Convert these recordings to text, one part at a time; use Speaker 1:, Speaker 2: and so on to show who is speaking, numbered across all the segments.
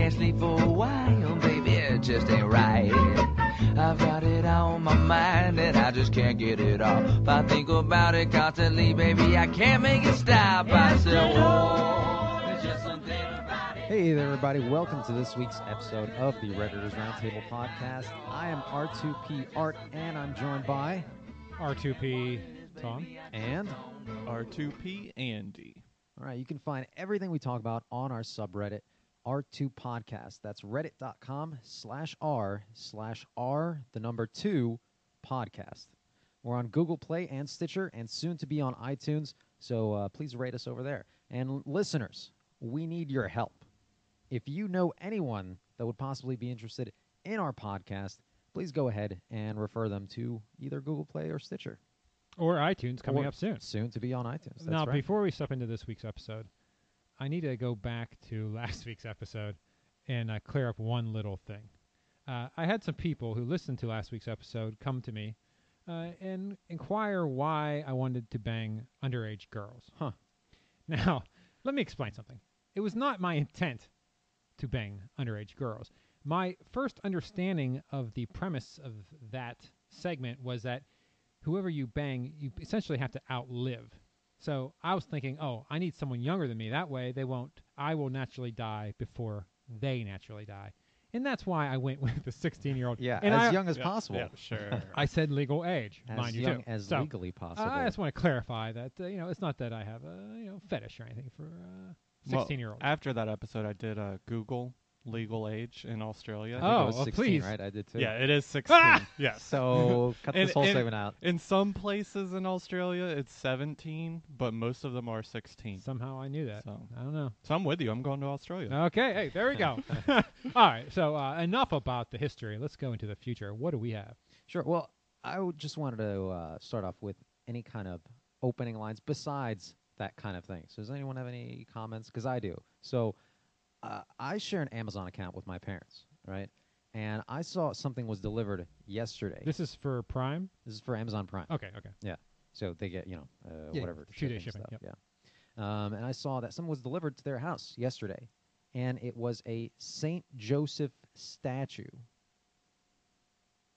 Speaker 1: asked me for a while, baby, it just ain't right. I've got it on my mind and I just can't get it off. I think about it constantly, baby, I can't make it stop. I said, oh, there's just something about it.
Speaker 2: Hey there, everybody. Welcome to this week's episode of the Records Roundtable Podcast. I am R2P Art, and I'm joined by
Speaker 3: R2P Tom.
Speaker 2: and
Speaker 4: R2P Andy.
Speaker 2: All right, you can find everything we talk about on our subreddit, R2 Podcast. That's reddit.com slash R slash R, the number two podcast. We're on Google Play and Stitcher and soon to be on iTunes, so uh, please rate us over there. And l- listeners, we need your help. If you know anyone that would possibly be interested in our podcast, please go ahead and refer them to either Google Play or Stitcher.
Speaker 3: Or iTunes coming
Speaker 2: Or
Speaker 3: up soon.
Speaker 2: Soon to be on iTunes. That's
Speaker 3: now,
Speaker 2: right.
Speaker 3: before we step into this week's episode, I need to go back to last week's episode and uh, clear up one little thing. Uh, I had some people who listened to last week's episode come to me uh, and inquire why I wanted to bang underage girls.
Speaker 2: Huh.
Speaker 3: Now, let me explain something. It was not my intent to bang underage girls. My first understanding of the premise of that segment was that whoever you bang, you essentially have to outlive. So I was thinking, oh, I need someone younger than me. That way they won't, I will naturally die before they naturally die. And that's why I went with the 16 year old.
Speaker 2: yeah,
Speaker 3: and
Speaker 2: as
Speaker 3: I,
Speaker 2: young as
Speaker 4: Yeah,
Speaker 2: possible.
Speaker 4: Yeah, sure.
Speaker 3: I said legal age,
Speaker 2: as
Speaker 3: mind you,
Speaker 2: young
Speaker 3: too.
Speaker 2: as
Speaker 3: So, ah,
Speaker 2: legally
Speaker 3: I-
Speaker 2: possible.
Speaker 3: I just want to clarify that uh, you know it's not that I have a you know fetish or anything for uh,
Speaker 4: Well,
Speaker 3: sixteen year olds.
Speaker 4: After that episode, I did uh, Google legal age in Australia.
Speaker 2: I think it
Speaker 3: Oh,
Speaker 2: was
Speaker 3: well,
Speaker 2: 16,
Speaker 3: please.
Speaker 2: right? I did too.
Speaker 4: yeah, it is 16.
Speaker 3: Ah!
Speaker 4: Yes.
Speaker 2: So cut
Speaker 4: And-
Speaker 2: this whole
Speaker 4: and-
Speaker 2: segment out.
Speaker 4: in some places in Australia, it's 17, but most of them are 16.
Speaker 3: Somehow I knew that.
Speaker 4: So,
Speaker 3: I don't know.
Speaker 4: so I'm with you. I'm going to Australia.
Speaker 3: Okay, hey, there we go. All right, so uh, enough about the history. Let's go into the future. What do we have?
Speaker 2: Sure. Well, I would just wanted to uh, start off with any kind of opening lines besides that kind of thing. So does anyone have any comments? Because I do. So uh, I share an Amazon account with my parents, right? And I saw something was delivered yesterday.
Speaker 3: This is for Prime.
Speaker 2: This is for Amazon Prime.
Speaker 3: Okay, okay.
Speaker 2: So they get, you know, uh,
Speaker 3: Yeah,
Speaker 2: whatever.
Speaker 3: the two-day
Speaker 2: shipping
Speaker 3: shipping,
Speaker 2: stuff, Yeah. Um, and I saw that someone was delivered to their house yesterday, and it was a St. Joseph statue.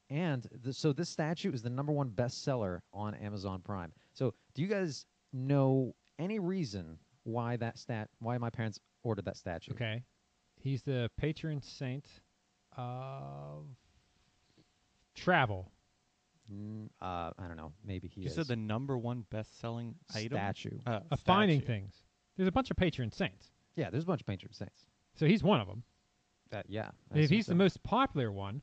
Speaker 2: And the, so this statue is the number one bestseller on Amazon Prime. So do you guys know any reason why that stat, why my parents ordered that statue?
Speaker 3: Okay, he's the patron saint of travel.
Speaker 2: Mm, uh, I don't know. Maybe he
Speaker 4: you
Speaker 2: is.
Speaker 4: said the number one best-selling item.
Speaker 2: statue.
Speaker 4: Uh,
Speaker 3: Of finding
Speaker 4: statue.
Speaker 3: things. There's a bunch of patron saints,
Speaker 2: Yeah, there's a bunch of patron saints.
Speaker 3: so he's one of them.
Speaker 2: That yeah. I
Speaker 3: if
Speaker 2: assume
Speaker 3: he's
Speaker 2: so.
Speaker 3: the most popular one,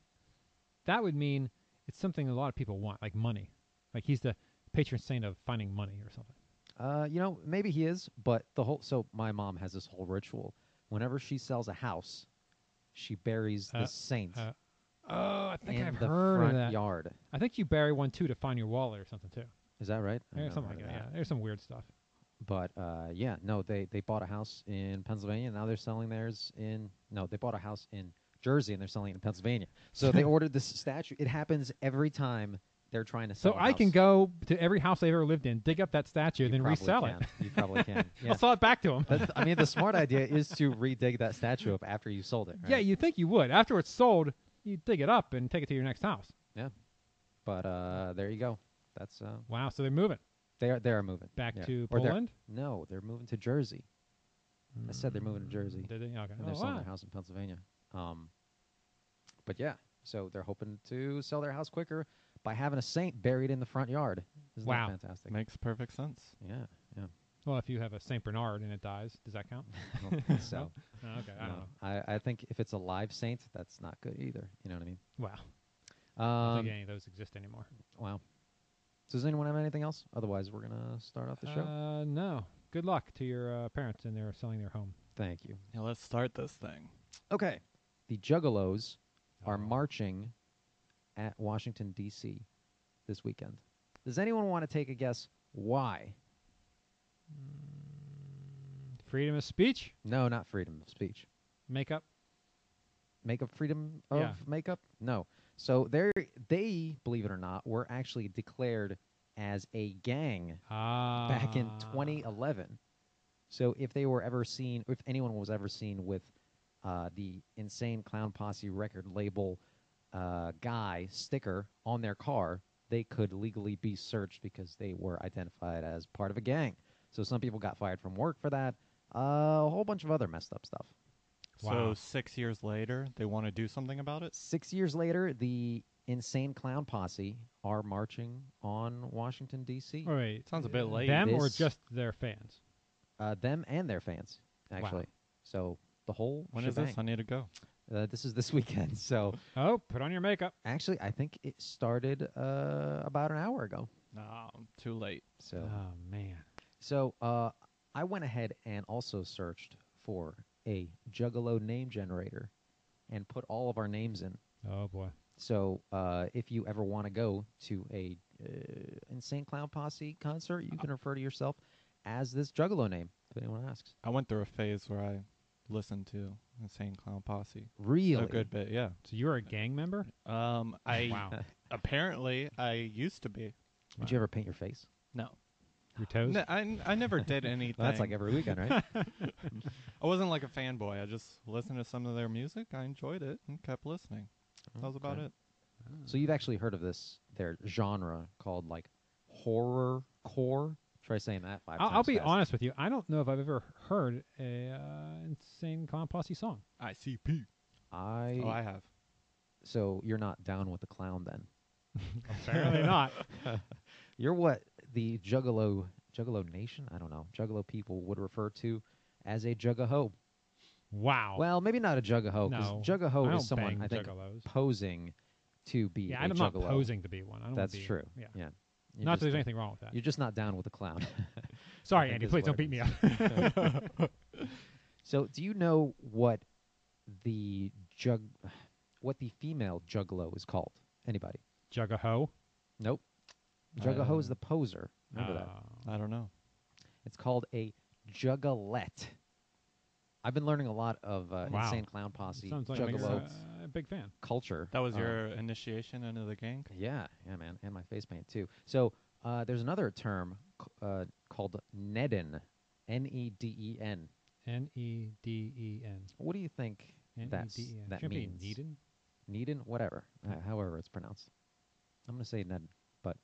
Speaker 3: that would mean it's something a lot of people want, like money. Like he's the patron saint of finding money or something.
Speaker 2: Uh, you know, maybe he is, but the whole so my mom has this whole ritual. Whenever she sells a house, she buries
Speaker 3: Uh,
Speaker 2: the saint
Speaker 3: uh, Oh, I
Speaker 2: in the front yard.
Speaker 3: I think you bury one too to find your wallet or something too.
Speaker 2: Is that right? I
Speaker 3: There's
Speaker 2: never
Speaker 3: something
Speaker 2: heard
Speaker 3: like
Speaker 2: of
Speaker 3: that. Yeah, there's some weird stuff.
Speaker 2: But uh, yeah, no, they they bought a house in Pennsylvania. and Now they're selling theirs in no, they bought a house in Jersey and they're selling it in Pennsylvania. So they ordered this statue. It happens every time they're trying to sell.
Speaker 3: So
Speaker 2: a
Speaker 3: I can
Speaker 2: house.
Speaker 3: go to every house I've ever lived in, dig up that statue,
Speaker 2: You
Speaker 3: then
Speaker 2: probably
Speaker 3: resell
Speaker 2: can.
Speaker 3: it.
Speaker 2: You probably can. Yeah.
Speaker 3: I'll sell it back to him.
Speaker 2: That's- I mean, the smart idea is to redig that statue up after you sold it. Right?
Speaker 3: Yeah, you think you would. After it's sold, you dig it up and take it to your next house.
Speaker 2: But uh, there you go. That's uh,
Speaker 3: Wow, so they're moving
Speaker 2: They are they are moving
Speaker 3: back
Speaker 2: Yeah.
Speaker 3: to
Speaker 2: Or they're-
Speaker 3: Poland.
Speaker 2: No, they're moving to Jersey. I said they're moving to Jersey.
Speaker 3: Did they? Okay.
Speaker 2: And
Speaker 3: Oh,
Speaker 2: they're selling
Speaker 3: wow.
Speaker 2: their house in Pennsylvania. Um, but yeah, so they're hoping to sell their house quicker by having a saint buried in the front yard. Isn't
Speaker 3: Wow.
Speaker 2: that fantastic?
Speaker 4: Makes perfect sense.
Speaker 2: Yeah.
Speaker 3: Well, if you have a Saint Bernard and it dies, does that count?
Speaker 2: I don't think so
Speaker 3: Oh, okay, I
Speaker 2: no.
Speaker 3: don't know.
Speaker 2: I, I think if it's a live saint, that's not good either. You know what I mean?
Speaker 3: Wow, I don't think
Speaker 2: Um,
Speaker 3: any of those exist anymore.
Speaker 2: wow. So does anyone have anything else? Otherwise, we're gonna start off the show.
Speaker 3: Uh, no. Good luck to your uh, parents and they're selling their home.
Speaker 2: Thank you.
Speaker 4: Yeah, let's start this thing.
Speaker 2: Okay. The Juggalos are
Speaker 3: Oh.
Speaker 2: marching at Washington D.C. this weekend. Does anyone want to take a guess why?
Speaker 3: Freedom of speech,
Speaker 2: No, not freedom of speech.
Speaker 3: makeup.
Speaker 2: Makeup freedom of
Speaker 3: Yeah.
Speaker 2: makeup? No. So they they believe it or not were actually declared as a gang
Speaker 3: Ah.
Speaker 2: back in 2011. So if they were ever seen, if anyone was ever seen with uh, uh, the Insane Clown Posse record label uh, guy sticker on their car, they could legally be searched because they were identified as part of a gang. So some people got fired from work for that. Uh, a whole bunch of other messed up stuff.
Speaker 3: Wow.
Speaker 4: So six years later, they want to do something about it.
Speaker 2: Six years later, the Insane Clown Posse are marching on Washington D.C.
Speaker 3: All right.
Speaker 4: Sounds a bit late.
Speaker 3: Them or
Speaker 2: This-
Speaker 3: just their fans?
Speaker 2: Uh, them and their fans,
Speaker 3: Wow.
Speaker 2: actually. So the whole.
Speaker 4: When is this? I
Speaker 2: shebang.
Speaker 4: need to go.
Speaker 2: Uh, this is this weekend. So
Speaker 3: Oh, put on your makeup.
Speaker 2: actually, I think it started uh, about an hour ago.
Speaker 4: No, I'm too late.
Speaker 2: So.
Speaker 4: Ah.
Speaker 3: Oh man.
Speaker 2: So uh, I went ahead and also searched for a Juggalo name generator and put all of our names in.
Speaker 3: Oh boy.
Speaker 2: So uh, if you ever want to go to a uh, Insane Clown Posse concert, you can refer to yourself as this Juggalo name if anyone asks.
Speaker 4: I went through a phase where I listened to Insane Clown Posse
Speaker 2: Really?
Speaker 4: a Oh, good bit. Yeah.
Speaker 3: So you're a gang member?
Speaker 4: Um, I
Speaker 3: wow.
Speaker 4: apparently I used to be.
Speaker 2: Did you ever paint your face?
Speaker 4: No,
Speaker 3: Your toes?
Speaker 4: N- I, n- I never did anything.
Speaker 2: Well, that's like every weekend, right?
Speaker 4: I wasn't like a fanboy. I just listened to some of their music. I enjoyed it and kept listening. That was about
Speaker 2: Okay.
Speaker 4: it.
Speaker 2: So you've actually heard of this their genre called like horror core? Try saying that five
Speaker 3: I'll,
Speaker 2: times.
Speaker 3: I'll be
Speaker 2: fast.
Speaker 3: honest with you. I don't know if I've ever heard a uh, insane clown posse song.
Speaker 4: ICP.
Speaker 2: I,
Speaker 4: Oh, I have.
Speaker 2: so you're not down with the clown then.
Speaker 3: Apparently not.
Speaker 2: You're what the Juggalo Juggalo Nation, I don't know, Juggalo people would refer to as a Juggaho.
Speaker 3: Wow.
Speaker 2: Well, maybe not a Juggaho, because
Speaker 3: Oh. no. I
Speaker 2: Juggaho
Speaker 3: don't
Speaker 2: is someone
Speaker 3: bang
Speaker 2: I think
Speaker 3: juggalos.
Speaker 2: posing to be
Speaker 3: Yeah,
Speaker 2: a
Speaker 3: I'm not
Speaker 2: Juggalo.
Speaker 3: posing to be one. I don't wanna
Speaker 2: That's
Speaker 3: be-
Speaker 2: true.
Speaker 3: Yeah.
Speaker 2: yeah. You're
Speaker 3: Not
Speaker 2: just,
Speaker 3: that there's anything wrong with that.
Speaker 2: You're just not down with the clown.
Speaker 3: Sorry,
Speaker 2: think
Speaker 3: Andy.
Speaker 2: is
Speaker 3: Please don't
Speaker 2: what it
Speaker 3: beat me up.
Speaker 2: so, do you know what the jug, what the female Juggalo is called? Anybody?
Speaker 3: Juggaho.
Speaker 2: Nope. Juggaho is
Speaker 4: Uh,
Speaker 2: the poser. Remember that.
Speaker 3: Oh.
Speaker 4: I don't know.
Speaker 2: It's called a juggalette. I've been learning a lot of uh,
Speaker 3: Wow.
Speaker 2: insane clown posse
Speaker 3: Sounds like
Speaker 2: juggalo
Speaker 3: you're uh, a big fan.
Speaker 2: culture.
Speaker 4: That was
Speaker 2: Uh,
Speaker 4: your initiation into the gang.
Speaker 2: yeah, yeah, man, and my face paint too. So uh, there's another term c- uh, called E nedden, E N-E-D-E-N.
Speaker 3: N E D E N.
Speaker 2: What do you think
Speaker 3: N E
Speaker 2: that's,
Speaker 3: D E N.
Speaker 2: that
Speaker 3: Shouldn't be
Speaker 2: means?
Speaker 3: Needed?
Speaker 2: Needin, whatever, uh, however it's pronounced. I'm gonna say ned, but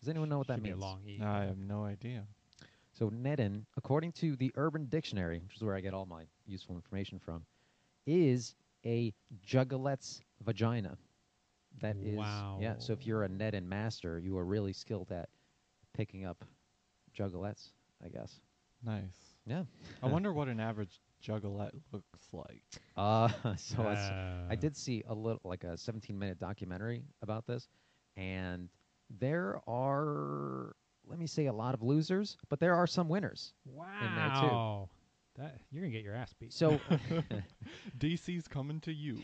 Speaker 2: does anyone know what that
Speaker 3: Should be a
Speaker 2: means? Ah,
Speaker 3: long E.
Speaker 4: I have no idea.
Speaker 2: So Nedden, according to the Urban Dictionary, which is where I get all my useful information from, is a jugglette's vagina. That is, yeah. So if
Speaker 3: Wow.
Speaker 2: you're a Nedden master, you are really skilled at picking up jugglettes, I guess.
Speaker 4: Nice.
Speaker 2: Yeah.
Speaker 4: I wonder what an average juggalette looks like.
Speaker 2: Uh, so I s- I
Speaker 3: Uh,
Speaker 2: did see a little, like a 17-minute documentary about this, and there are, let me say, a lot of losers, but there are some winners. there too.
Speaker 3: Wow. That you're gonna get your ass beat.
Speaker 2: So.
Speaker 4: DC's coming to you.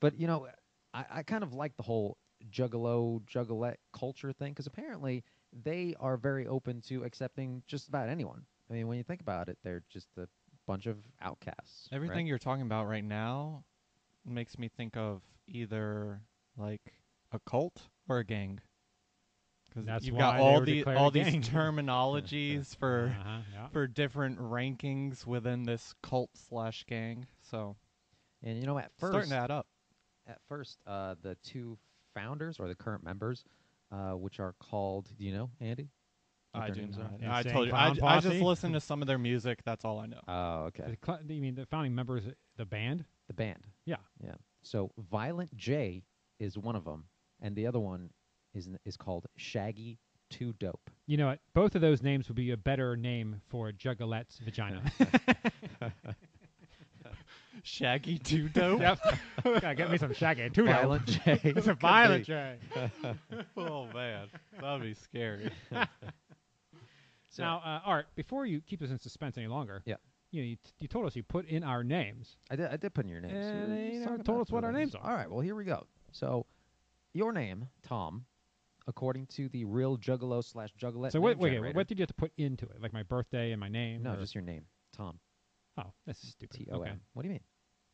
Speaker 2: But you know, I, I kind of like the whole juggalo juggalette culture thing because apparently they are very open to accepting just about anyone. I mean, when you think about it, they're just a bunch of outcasts. right?
Speaker 4: Everything you're talking about right now makes me think of either like a cult or a gang.
Speaker 3: That's
Speaker 4: Because you've
Speaker 3: why
Speaker 4: got
Speaker 3: they
Speaker 4: all
Speaker 3: were
Speaker 4: the
Speaker 3: declared a
Speaker 4: all these
Speaker 3: gang.
Speaker 4: terminologies for
Speaker 3: uh-huh,
Speaker 2: er,
Speaker 3: yeah.
Speaker 4: for different rankings within this cult slash gang. So
Speaker 2: and you know, at
Speaker 4: it's
Speaker 2: first,
Speaker 4: starting to add up.
Speaker 2: at first, uh, the two founders or the current members, uh, which are called, do you know, Andy? What
Speaker 4: I
Speaker 2: their
Speaker 4: do
Speaker 2: names
Speaker 4: not.
Speaker 2: are?
Speaker 4: I
Speaker 3: Insane
Speaker 4: told you. I,
Speaker 3: Clown
Speaker 4: j- I just
Speaker 3: Posse?
Speaker 4: listened to some of their music. That's all I know.
Speaker 2: Oh, okay.
Speaker 3: The cl- you mean the founding members, of the band?
Speaker 2: The band.
Speaker 3: Yeah.
Speaker 2: Yeah. So Violent J is one of them, and the other one is n- is called Shaggy Two Dope.
Speaker 3: You know what? Both of those names would be a better name for a juggalette's vagina.
Speaker 4: Shaggy Two Dope.
Speaker 3: yep. Gotta get me some shaggy too. now.
Speaker 2: Violent J.
Speaker 3: It's a
Speaker 2: could be.
Speaker 3: violent J.
Speaker 4: oh man, that'd be scary.
Speaker 2: So-
Speaker 3: now, uh, Art, before you keep us in suspense any longer,
Speaker 2: Yeah.
Speaker 3: you know, you, t- you told us you put in our names.
Speaker 2: I did. I did put in your names.
Speaker 3: And
Speaker 2: You were
Speaker 3: they
Speaker 2: just
Speaker 3: Eh, never
Speaker 2: talking
Speaker 3: told
Speaker 2: about
Speaker 3: us what our
Speaker 2: those.
Speaker 3: names are.
Speaker 2: All right. Well, here we go. So, your name, Tom, according to the real Juggalo slash Juggalette.
Speaker 3: so
Speaker 2: name
Speaker 3: wait, wait,
Speaker 2: generator-
Speaker 3: what did you have to put into it? Like my birthday and my name?
Speaker 2: No,
Speaker 3: or-
Speaker 2: just your name, Tom.
Speaker 3: oh, that's stupid.
Speaker 2: T O M.
Speaker 3: Okay.
Speaker 2: What do you mean?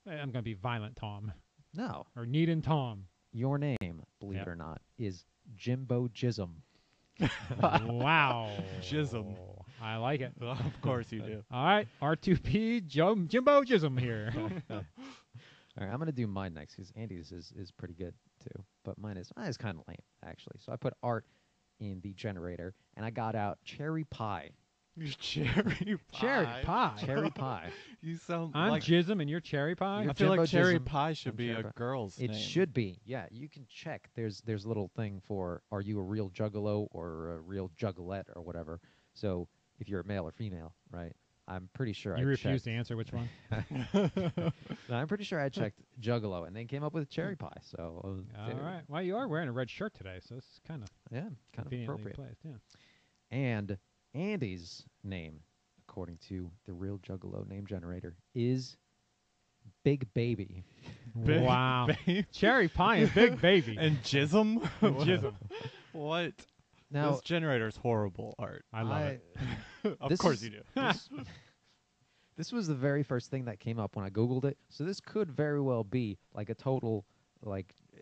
Speaker 3: Uh, I'm gonna be violent Tom
Speaker 2: No,
Speaker 3: or need and Tom.
Speaker 2: your name, believe
Speaker 3: Yep.
Speaker 2: it or not, is Jimbo Jism.
Speaker 3: wow.
Speaker 4: Jism.
Speaker 3: I like it.
Speaker 4: of course you do.
Speaker 3: All right, R2P Joe, Jimbo Jism here.
Speaker 2: All right, I'm gonna do mine next because Andy's is, is pretty good too, but mine is mine is kind of lame actually. So I put art in the generator, and I got out cherry pie.
Speaker 4: Cherry pie.
Speaker 3: cherry pie.
Speaker 2: Cherry pie.
Speaker 4: You sound
Speaker 3: I'm
Speaker 4: like.
Speaker 3: Jism and you're cherry pie.
Speaker 2: You're
Speaker 4: I feel like cherry
Speaker 2: Jimbo-jism.
Speaker 4: pie should
Speaker 2: I'm
Speaker 4: be
Speaker 2: cherry
Speaker 4: a
Speaker 2: pie.
Speaker 4: girl's
Speaker 2: It
Speaker 4: name.
Speaker 2: should be. Yeah, you can check. There's there's a little thing for are you a real juggalo or a real juggalette or whatever. So if you're a male or female, right? I'm pretty sure I
Speaker 3: you
Speaker 2: checked.
Speaker 3: refuse to answer which one.
Speaker 2: No, I'm pretty sure I checked juggalo, and they came up with cherry pie. So uh,
Speaker 3: Hmm. All
Speaker 2: there-
Speaker 3: right. Well, you are wearing a red shirt today, so this is kind of
Speaker 2: yeah, kind of
Speaker 3: conveniently
Speaker 2: appropriate.
Speaker 3: placed. Yeah.
Speaker 2: And Andy's name, according to the real Juggalo name generator, is Big Baby.
Speaker 4: Big
Speaker 3: wow.
Speaker 4: babe.
Speaker 3: Cherry pie and big baby.
Speaker 4: And jism.
Speaker 3: Jism.
Speaker 4: What?
Speaker 2: Now,
Speaker 4: this generator's horrible art.
Speaker 3: I love it.
Speaker 4: of
Speaker 2: This
Speaker 4: course
Speaker 2: is-
Speaker 4: you do.
Speaker 2: this, this was the very first thing that came up when I Googled it. So this could very well be like a total, like, uh,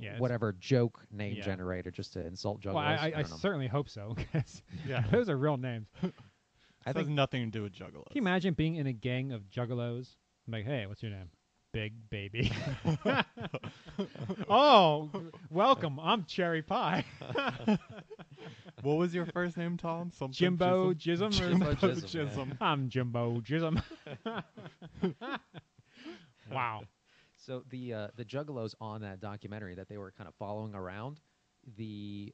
Speaker 3: Yeah, it's-
Speaker 2: whatever joke name
Speaker 3: Yeah.
Speaker 2: generator just to insult Juggalos.
Speaker 3: Well, I, I,
Speaker 2: don't
Speaker 3: I
Speaker 2: know.
Speaker 3: certainly hope so. 'cause
Speaker 4: Yeah.
Speaker 3: those are real names.
Speaker 2: I
Speaker 4: I
Speaker 2: think-
Speaker 4: think nothing to do with juggalos.
Speaker 3: Can you imagine being in a gang of juggalos? I'm like, hey, what's your name? Big baby. oh, welcome. I'm Cherry Pie.
Speaker 4: what was your first name, Tom? Something
Speaker 3: Jimbo
Speaker 4: Jism?
Speaker 3: Jism. or
Speaker 2: Jimbo
Speaker 3: something?
Speaker 2: Jism, yeah.
Speaker 4: Jism.
Speaker 3: I'm Jimbo Jism. wow.
Speaker 2: So the uh, the juggalos on that documentary that they were kind of following around, the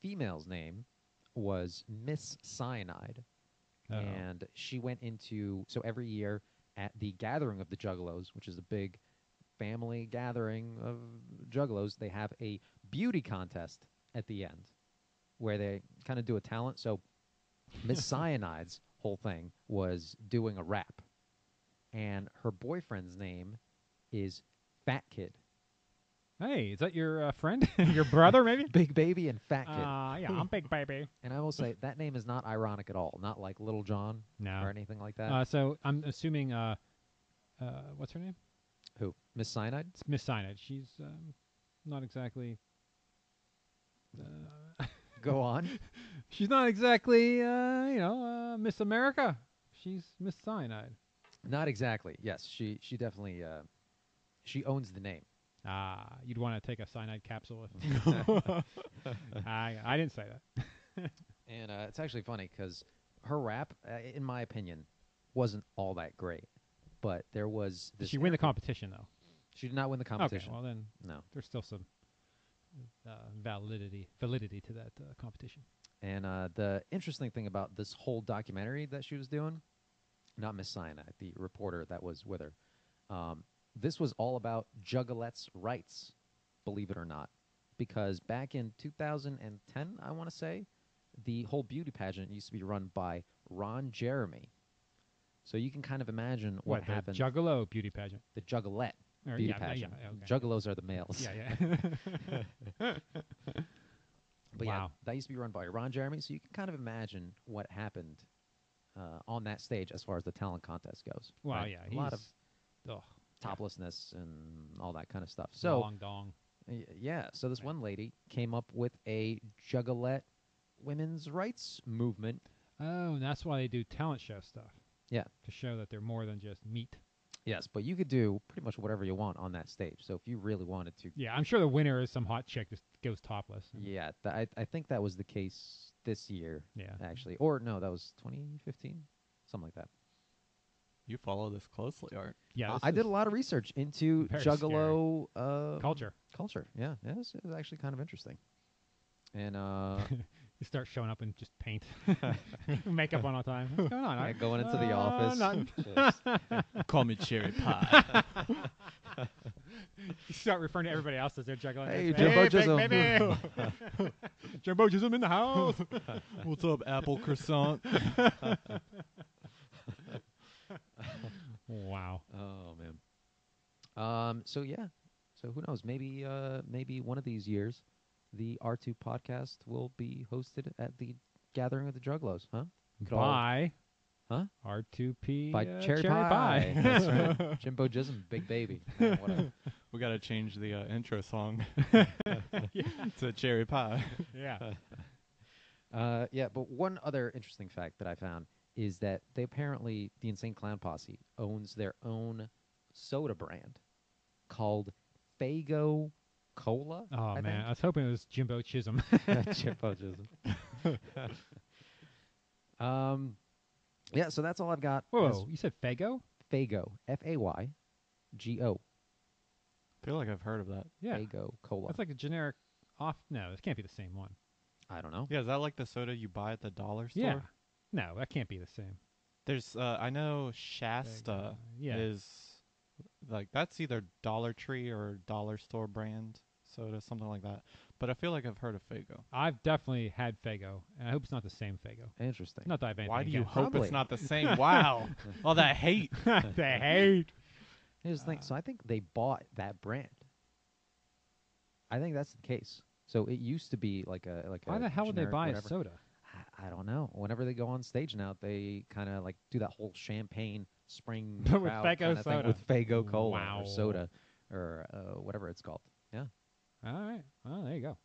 Speaker 2: female's name was Miss Cyanide,
Speaker 3: Uh-oh.
Speaker 2: and she went into so every year at the gathering of the juggalos, which is a big family gathering of juggalos, they have a beauty contest at the end where they kind of do a talent. So Miss Cyanide's whole thing was doing a rap, and her boyfriend's name is Fat Kid,
Speaker 3: Hey, is that your uh, friend? your brother, maybe?
Speaker 2: Big Baby, and Fat Kid.
Speaker 3: Uh, yeah, I'm Big Baby.
Speaker 2: and I will say that name is not ironic at all. Not like Little John or
Speaker 3: No.
Speaker 2: anything like that.
Speaker 3: Uh, so I'm assuming, uh, uh, what's her name?
Speaker 2: Who? Miss Cyanide?
Speaker 3: It's Miss Sinat. She's um, not exactly. Uh,
Speaker 2: Go on.
Speaker 3: she's not exactly, uh, you know, uh, Miss America. She's Miss Cyanide.
Speaker 2: not exactly. Yes, she she definitely uh, she owns the name.
Speaker 3: Ah, you'd want to take a cyanide capsule. If I, I didn't say that.
Speaker 2: And uh, it's actually funny because her rap, uh, in my opinion, wasn't all that great. But there was
Speaker 3: Did
Speaker 2: this.
Speaker 3: she win the competition though?
Speaker 2: She did not win the competition.
Speaker 3: Okay, well then
Speaker 2: no.
Speaker 3: there's still some uh, validity validity to that uh, competition.
Speaker 2: And uh, the interesting thing about this whole documentary that she was doing, not Miss Cyanide, the reporter that was with her, um, this was all about Juggalettes' rights, believe it or not. Because back in 2010, I want to say, the whole beauty pageant used to be run by Ron Jeremy. So you can kind of imagine what,
Speaker 3: the
Speaker 2: happened.
Speaker 3: Juggalo beauty pageant.
Speaker 2: the Juggalette
Speaker 3: Or,
Speaker 2: beauty
Speaker 3: yeah, yeah,
Speaker 2: pageant.
Speaker 3: yeah, okay.
Speaker 2: Juggalos are the males.
Speaker 3: Yeah, yeah.
Speaker 2: But yeah,
Speaker 3: Wow.
Speaker 2: that used to be run by Ron Jeremy, so you can kind of imagine what happened uh, on that stage as far as the talent contest goes.
Speaker 3: well,
Speaker 2: right? a
Speaker 3: yeah.
Speaker 2: lot of
Speaker 3: he's- ugh,
Speaker 2: toplessness and all that kind of stuff. So
Speaker 3: long dong.
Speaker 2: y- yeah, so this
Speaker 3: Right.
Speaker 2: one lady came up with a juggalette women's rights movement.
Speaker 3: Oh, and that's why they do talent show stuff.
Speaker 2: Yeah.
Speaker 3: To show that they're more than just meat.
Speaker 2: Yes, but you could do pretty much whatever you want on that stage. So if you really wanted to,
Speaker 3: Yeah, I'm sure the winner is some hot chick that goes topless.
Speaker 2: yeah, th- I I think that was the case this year
Speaker 3: Yeah.
Speaker 2: actually, or no, that was 2015, something like that.
Speaker 4: You follow this closely, Art.
Speaker 3: Yeah.
Speaker 2: I-
Speaker 3: this
Speaker 2: I did
Speaker 3: is
Speaker 2: a lot of research into
Speaker 3: very
Speaker 2: Juggalo uh,
Speaker 3: culture.
Speaker 2: culture. Yeah, yeah, it was, it was actually kind of interesting. And uh,
Speaker 3: You start showing up in just paint, makeup on all the time. What's going on?
Speaker 2: yeah,
Speaker 3: Art?
Speaker 2: going into the
Speaker 3: Uh,
Speaker 2: office,
Speaker 3: nothing.
Speaker 2: just-
Speaker 4: Call me cherry pie.
Speaker 3: You start referring to everybody else as their juggling.
Speaker 2: Hey, um.
Speaker 3: hey,
Speaker 2: Jumbo
Speaker 3: big baby. Jumbo Jism in the house.
Speaker 4: What's up, apple croissant?
Speaker 3: wow.
Speaker 2: oh man. Um. So yeah. So who knows? Maybe uh, maybe one of these years, the R two podcast will be hosted at the gathering of the Juggalos, huh? We could all-
Speaker 3: Bye.
Speaker 2: Huh?
Speaker 3: R2P.
Speaker 2: by
Speaker 3: uh,
Speaker 2: cherry, pie. That's right. Jimbo Jism, Big Baby. Yeah, whatever.
Speaker 4: We gotta change the uh, intro song
Speaker 3: yeah.
Speaker 4: to cherry pie.
Speaker 3: yeah.
Speaker 2: Uh, yeah, but one other interesting fact that I found is that they apparently, the Insane Clown Posse owns their own soda brand called Fago Cola.
Speaker 3: Oh
Speaker 2: I
Speaker 3: man, I was hoping it was Jimbo Chisholm.
Speaker 2: think. Chimpanzeeism. um, yeah, so that's all I've got. is
Speaker 3: Whoa, you said Fago?
Speaker 2: Fago, F A Y G O,
Speaker 4: feel like I've heard of that.
Speaker 3: Yeah,
Speaker 2: Fago Cola.
Speaker 3: that's like a generic off. No, this can't be the same one.
Speaker 2: I don't know.
Speaker 4: Yeah, is that like the soda you buy at the dollar store?
Speaker 3: Yeah, no, that can't be the same.
Speaker 4: There's uh I know Shasta
Speaker 3: yeah.
Speaker 4: uh, is like that's either Dollar Tree or Dollar Store brand soda, something like that. But I feel like I've heard of Fago.
Speaker 3: I've definitely had Fago, and I hope it's not the same Fago.
Speaker 2: Interesting.
Speaker 3: Not that I have anything
Speaker 4: Why do you
Speaker 3: against
Speaker 4: hope
Speaker 2: Probably.
Speaker 4: it's not the same? Wow. All that hate.
Speaker 3: it. the hate.
Speaker 2: Here's the thing.
Speaker 3: Um,
Speaker 2: So I think they bought that brand. I think that's the case. So it used to be like a like
Speaker 3: Why
Speaker 2: a
Speaker 3: the hell would they
Speaker 2: generic
Speaker 3: buy
Speaker 2: whatever.
Speaker 3: a soda?
Speaker 2: I, I don't know. Whenever they go on stage now, they kind of like do that whole champagne spring
Speaker 3: But with
Speaker 2: crowd
Speaker 3: Faygo
Speaker 2: kinda thing
Speaker 3: soda.
Speaker 2: with Fago Cola
Speaker 3: Wow.
Speaker 2: or soda or uh, whatever it's called. Yeah.
Speaker 3: All right. Well, there you go.